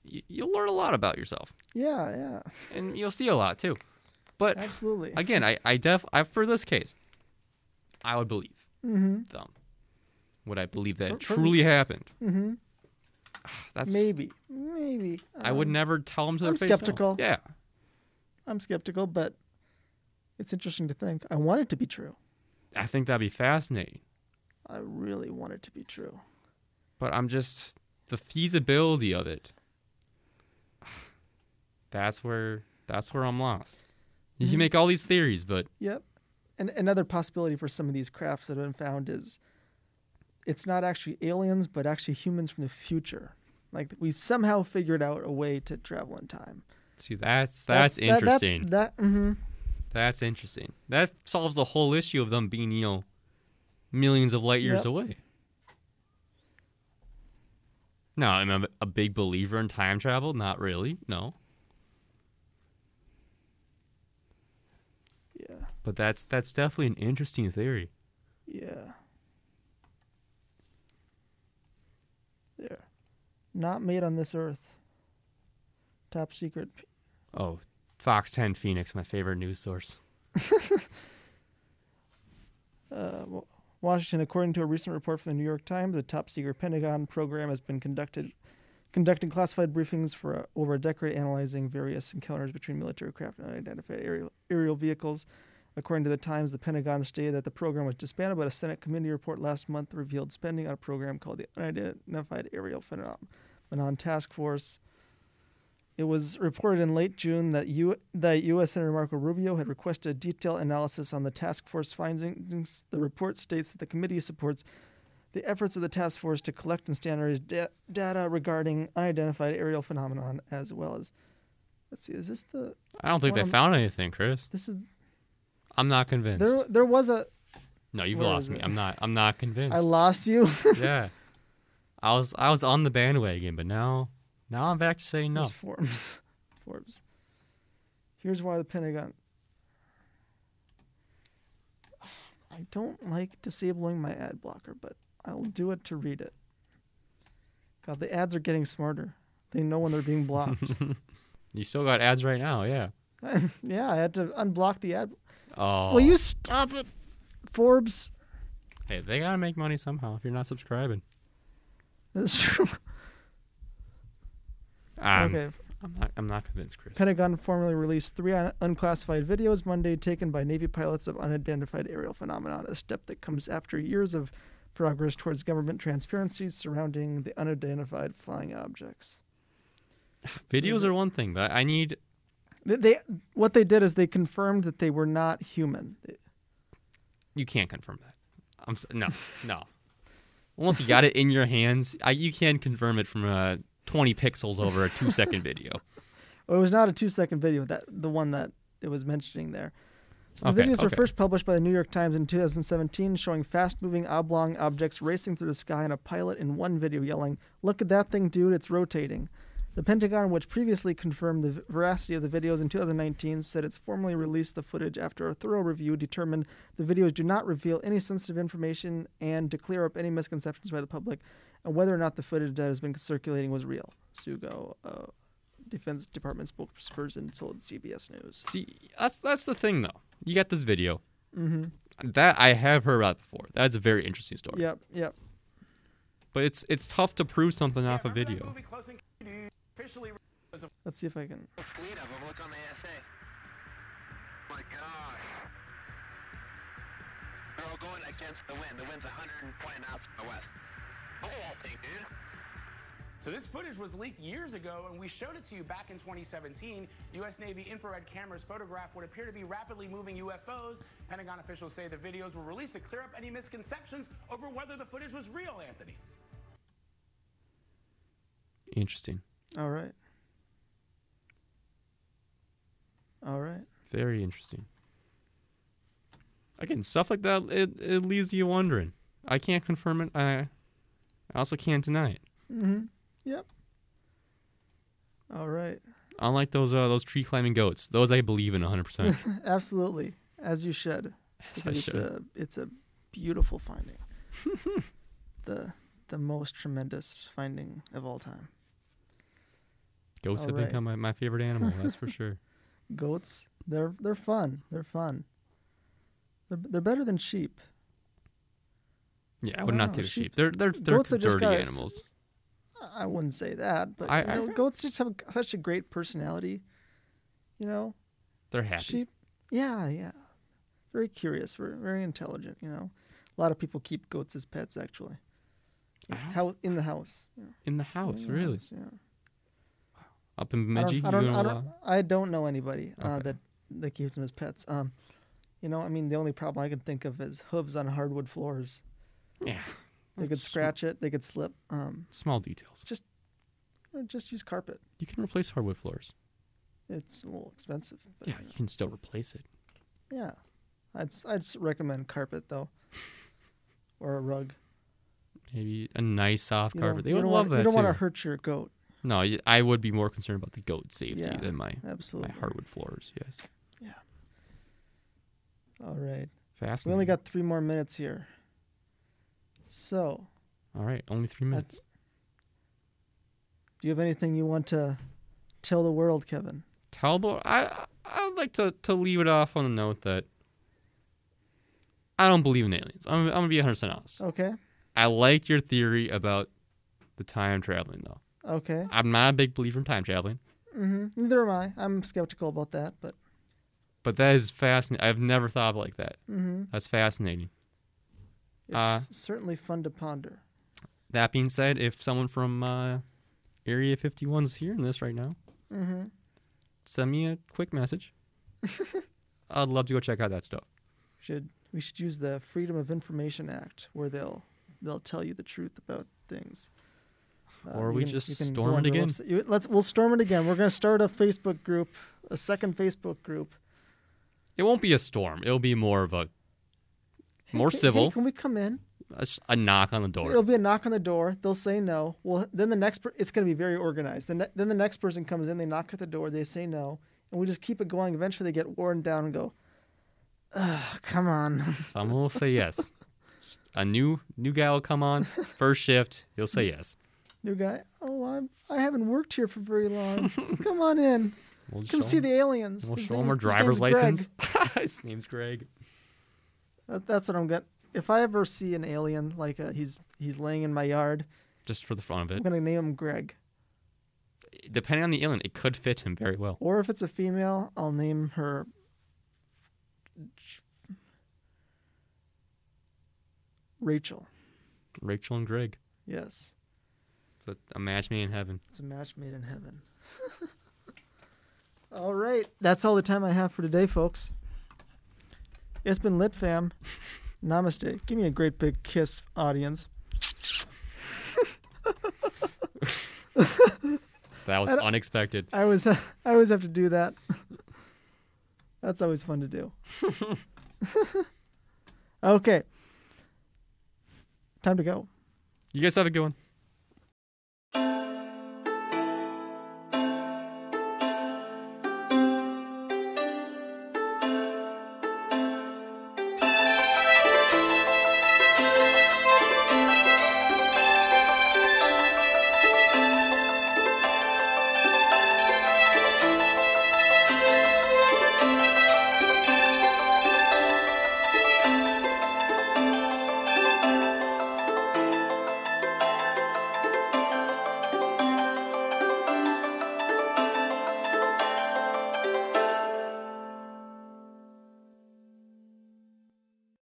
Speaker 2: You, you'll learn a lot about yourself,
Speaker 1: Yeah,
Speaker 2: [sighs]
Speaker 1: yeah,
Speaker 2: and you'll see a lot too. But
Speaker 1: absolutely.
Speaker 2: again, I I def I for this case, I would believe them. Would I believe that it
Speaker 1: Mm-hmm. For- for-
Speaker 2: truly happened? Mm-hmm. That's
Speaker 1: maybe, maybe.
Speaker 2: I would never tell them to their
Speaker 1: I'm
Speaker 2: face. no.
Speaker 1: skeptical.
Speaker 2: Yeah.
Speaker 1: I'm skeptical, but it's interesting to think. I want it to be true.
Speaker 2: I think that'd be fascinating.
Speaker 1: I really want it to be true.
Speaker 2: But I'm just the feasibility of it. [sighs] That's where that's where I'm lost. You
Speaker 1: Mm-hmm.
Speaker 2: can make all these theories, but
Speaker 1: Yep. And another possibility for some of these crafts that have been found is it's not actually aliens, but actually humans from the future. Like we somehow figured out a way to travel in time.
Speaker 2: see that's that's,
Speaker 1: that- that's-
Speaker 2: interesting. That's,
Speaker 1: That, mhm.
Speaker 2: interesting. That solves the whole issue of them being, you know, millions of light years
Speaker 1: Yep.
Speaker 2: away. No, I'm a, a big believer in time travel. Not really. No.
Speaker 1: Yeah.
Speaker 2: But that's that's definitely an interesting theory.
Speaker 1: Yeah. There. Not made on this earth. Top secret.
Speaker 2: Oh, Fox 10 Phoenix, my favorite news source.
Speaker 1: Washington, according to a recent report from the New York Times, the top secret Pentagon program has been conducted conducting classified briefings for uh, over a decade, analyzing various encounters between military craft and unidentified aerial, aerial vehicles. According to the Times, the Pentagon stated that the program was disbanded, but a Senate committee report last month revealed spending on a program called the Unidentified Aerial Phenomenon Task Force. It was reported in late June that, U- that U.S. Senator Marco Rubio had requested detailed analysis on the task force findings. The report states that the committee supports the efforts of the task force to collect and standardize da- data regarding unidentified aerial phenomenon, as well as. Let's see, is this the.
Speaker 2: I don't think
Speaker 1: one
Speaker 2: they
Speaker 1: on-
Speaker 2: found anything, Chris.
Speaker 1: This is.
Speaker 2: I'm not convinced.
Speaker 1: There, there was a.
Speaker 2: no, you've
Speaker 1: where
Speaker 2: lost
Speaker 1: is
Speaker 2: me.
Speaker 1: it?
Speaker 2: I'm not. I'm not convinced.
Speaker 1: I lost you. [laughs]
Speaker 2: yeah, I was. I was on the bandwagon, but now, now I'm back to saying no.
Speaker 1: There's Forbes. [laughs] Forbes. Here's why the Pentagon. I don't like disabling my ad blocker, but I will do it to read it. God, the ads are getting smarter. They know when they're being
Speaker 2: [laughs]
Speaker 1: blocked.
Speaker 2: You still got ads right now. Yeah.
Speaker 1: yeah, I had to unblock the ad.
Speaker 2: Oh.
Speaker 1: Will you stop it, Forbes? [laughs]
Speaker 2: Hey, they gotta make money somehow. If you're not subscribing,
Speaker 1: That's true.
Speaker 2: um,
Speaker 1: okay.
Speaker 2: I'm not. I'm not convinced, Chris.
Speaker 1: Pentagon formally released three un- unclassified videos Monday taken by Navy pilots of unidentified aerial phenomenon, a step that comes after years of progress towards government transparency surrounding the unidentified flying objects.
Speaker 2: Videos are one thing, but I need.
Speaker 1: They, they what they did is they confirmed that they were not human.
Speaker 2: You can't confirm that. I'm s- no, [laughs] no. Unless you got it in your hands, I, you can confirm it from a 20 pixels over
Speaker 1: [laughs]
Speaker 2: a two-second video.
Speaker 1: It was not a two-second video that the one that it was mentioning there. So the
Speaker 2: Okay,
Speaker 1: videos were
Speaker 2: okay.
Speaker 1: first published by the New York Times in 2017, showing fast-moving oblong objects racing through the sky and a pilot in one video yelling, "Look at that thing, dude! It's rotating." The Pentagon, which previously confirmed the v- veracity of the videos in 2019, said it's formally released the footage after a thorough review determined the videos do not reveal any sensitive information and to clear up any misconceptions by the public on whether or not the footage that has been circulating was real. Sugo, uh, Defense Department spokesperson, told CBS News.
Speaker 2: See, that's that's the thing though. You got this video. Mm-hmm. That I have heard about before. That's a very interesting story.
Speaker 1: Yep, yep.
Speaker 2: But it's it's tough to prove something off a video.
Speaker 1: Let's see if I can.
Speaker 10: my gosh. They're all going against the wind. The wind's 120 knots from the west. Look at that thing, dude.
Speaker 11: So this footage was leaked years ago, and we showed it to you back in 2017. U.S. Navy infrared cameras photographed what appear to be rapidly moving UFOs. Pentagon officials say the videos were released to clear up any misconceptions over whether the footage was real, Anthony.
Speaker 2: Interesting.
Speaker 1: All right. All right.
Speaker 2: Very interesting. Again, stuff like that it, it leaves you wondering. I can't confirm it. I I also can't deny it.
Speaker 1: Yep. All right.
Speaker 2: Unlike those uh, those tree climbing goats, those I believe
Speaker 1: [laughs]
Speaker 2: in 100%.
Speaker 1: Oh, Absolutely, as you should.
Speaker 2: I
Speaker 1: because it's
Speaker 2: should.
Speaker 1: a it's a beautiful
Speaker 2: [laughs]
Speaker 1: finding. the the most tremendous finding of all time.
Speaker 2: goats have
Speaker 1: Alright.
Speaker 2: become my, my favorite animal, that's
Speaker 1: [laughs]
Speaker 2: for sure.
Speaker 1: Goats, they're they're fun. They're fun. They're, they're better than sheep.
Speaker 2: Yeah, I would not
Speaker 1: Wow,
Speaker 2: take a
Speaker 1: sheep-
Speaker 2: sheep. They're they're they're
Speaker 1: goats have just
Speaker 2: dirty
Speaker 1: got a s-
Speaker 2: animals.
Speaker 1: I wouldn't say that, but
Speaker 2: I-
Speaker 1: you know,
Speaker 2: I-
Speaker 1: goats just have such a great personality. You know,
Speaker 2: They're happy.
Speaker 1: sheep. Yeah, yeah. Very curious. Very, very intelligent. You know, a lot of people keep goats as pets. Actually, how in the house. you know,
Speaker 2: in the house,
Speaker 1: in the
Speaker 2: really.
Speaker 1: house, yeah.
Speaker 2: Up in
Speaker 1: I
Speaker 2: Bemidji,
Speaker 1: don't,
Speaker 2: you uh,
Speaker 1: I don't,
Speaker 2: doing
Speaker 1: I
Speaker 2: a
Speaker 1: don't,
Speaker 2: lot?
Speaker 1: I don't know anybody uh,
Speaker 2: Okay.
Speaker 1: that that keeps them as pets. Um, you know, I mean, the only problem I can think of is hooves on hardwood floors.
Speaker 2: Yeah.
Speaker 1: They could
Speaker 2: That's sm-
Speaker 1: scratch it. They could slip. Um,
Speaker 2: Small details.
Speaker 1: or just use carpet.
Speaker 2: You can replace hardwood floors.
Speaker 1: It's a little expensive. But,
Speaker 2: Yeah, you can still replace it.
Speaker 1: yeah. I'd s- I'd s- recommend carpet though, or a rug.
Speaker 2: Maybe a nice soft
Speaker 1: You
Speaker 2: carpet.
Speaker 1: don't-
Speaker 2: They
Speaker 1: you
Speaker 2: would
Speaker 1: don't
Speaker 2: love
Speaker 1: wanna-
Speaker 2: that
Speaker 1: You don't
Speaker 2: too.
Speaker 1: want to hurt your goat.
Speaker 2: No, y- I would be more concerned about the goat safety
Speaker 1: Yeah,
Speaker 2: than my
Speaker 1: absolutely.
Speaker 2: my hardwood floors. Yes.
Speaker 1: All right.
Speaker 2: Fast.
Speaker 1: We only got three more minutes here. So,
Speaker 2: All right, only three minutes.
Speaker 1: do you have anything you want to tell the world, Kevin?
Speaker 2: Talbot, I I'd like to, to leave it off on the note that I don't believe in aliens. I'm, I'm gonna be 100 percent honest.
Speaker 1: Okay.
Speaker 2: I liked your theory about the time traveling though.
Speaker 1: Okay.
Speaker 2: I'm not a big believer in time traveling,
Speaker 1: hmm Neither am I. I'm skeptical about that, but
Speaker 2: but that is fascinating. I've never thought of it like that.
Speaker 1: Mhm.
Speaker 2: That's fascinating.
Speaker 1: it's
Speaker 2: Uh,
Speaker 1: certainly fun to ponder.
Speaker 2: that being said, if someone from uh, Area 51 is hearing this right now,
Speaker 1: hmm
Speaker 2: send me a
Speaker 1: [laughs]
Speaker 2: quick message. I'd love to go check out that stuff.
Speaker 1: Should we should use the Freedom of Information Act, where they'll they'll tell you the truth about things. Uh,
Speaker 2: Or
Speaker 1: you
Speaker 2: we
Speaker 1: can-
Speaker 2: just
Speaker 1: you can go
Speaker 2: storm it
Speaker 1: on their
Speaker 2: again.
Speaker 1: website. You- Let's we'll storm it again. We're gonna start a Facebook group, a second Facebook group.
Speaker 2: It won't be a storm. It'll be more of a
Speaker 1: Hey,
Speaker 2: more
Speaker 1: ca- hey,
Speaker 2: civil.
Speaker 1: can we come in?
Speaker 2: a, s- a knock on the door.
Speaker 1: It'll be a knock on the door. They'll say no. Well, then the next per- it's going to be very organized. Then then the next person comes in. They knock at the door. They say no, and we just keep it going. Eventually, they get worn down and go, Ugh, "Come on." [laughs]
Speaker 2: [laughs] Someone will say yes. A new new guy will
Speaker 1: [laughs]
Speaker 2: come on first shift. He'll say yes.
Speaker 1: New guy. Oh, I'm. I haven't worked here for very
Speaker 2: [laughs]
Speaker 1: long. Come on in.
Speaker 2: We'll
Speaker 1: Come
Speaker 2: show
Speaker 1: see
Speaker 2: him-
Speaker 1: the aliens.
Speaker 2: We'll
Speaker 1: His
Speaker 2: show him
Speaker 1: name-
Speaker 2: our
Speaker 1: his
Speaker 2: driver's
Speaker 1: name's Greg. [laughs]
Speaker 2: license. [laughs] His name's Greg.
Speaker 1: That, that's what I'm gonna. If I ever see an alien, like uh he's he's laying in my yard,
Speaker 2: Just for the fun of
Speaker 1: I'm
Speaker 2: it.
Speaker 1: gonna name him Greg.
Speaker 2: Depending on the alien, it could fit him very well.
Speaker 1: Or if it's a female, I'll name her. Rachel.
Speaker 2: Rachel and Greg.
Speaker 1: Yes,
Speaker 2: It's a, a match made in heaven.
Speaker 1: it's a match made in heaven. [laughs] all right, that's all the time I have for today, folks. It's been lit, fam. Namaste. Give me a great big kiss, audience.
Speaker 2: That was
Speaker 1: I don't-
Speaker 2: unexpected.
Speaker 1: I always I always have to do that. [laughs] That's always fun to [laughs] do. okay. Time to go.
Speaker 2: You guys have a good one.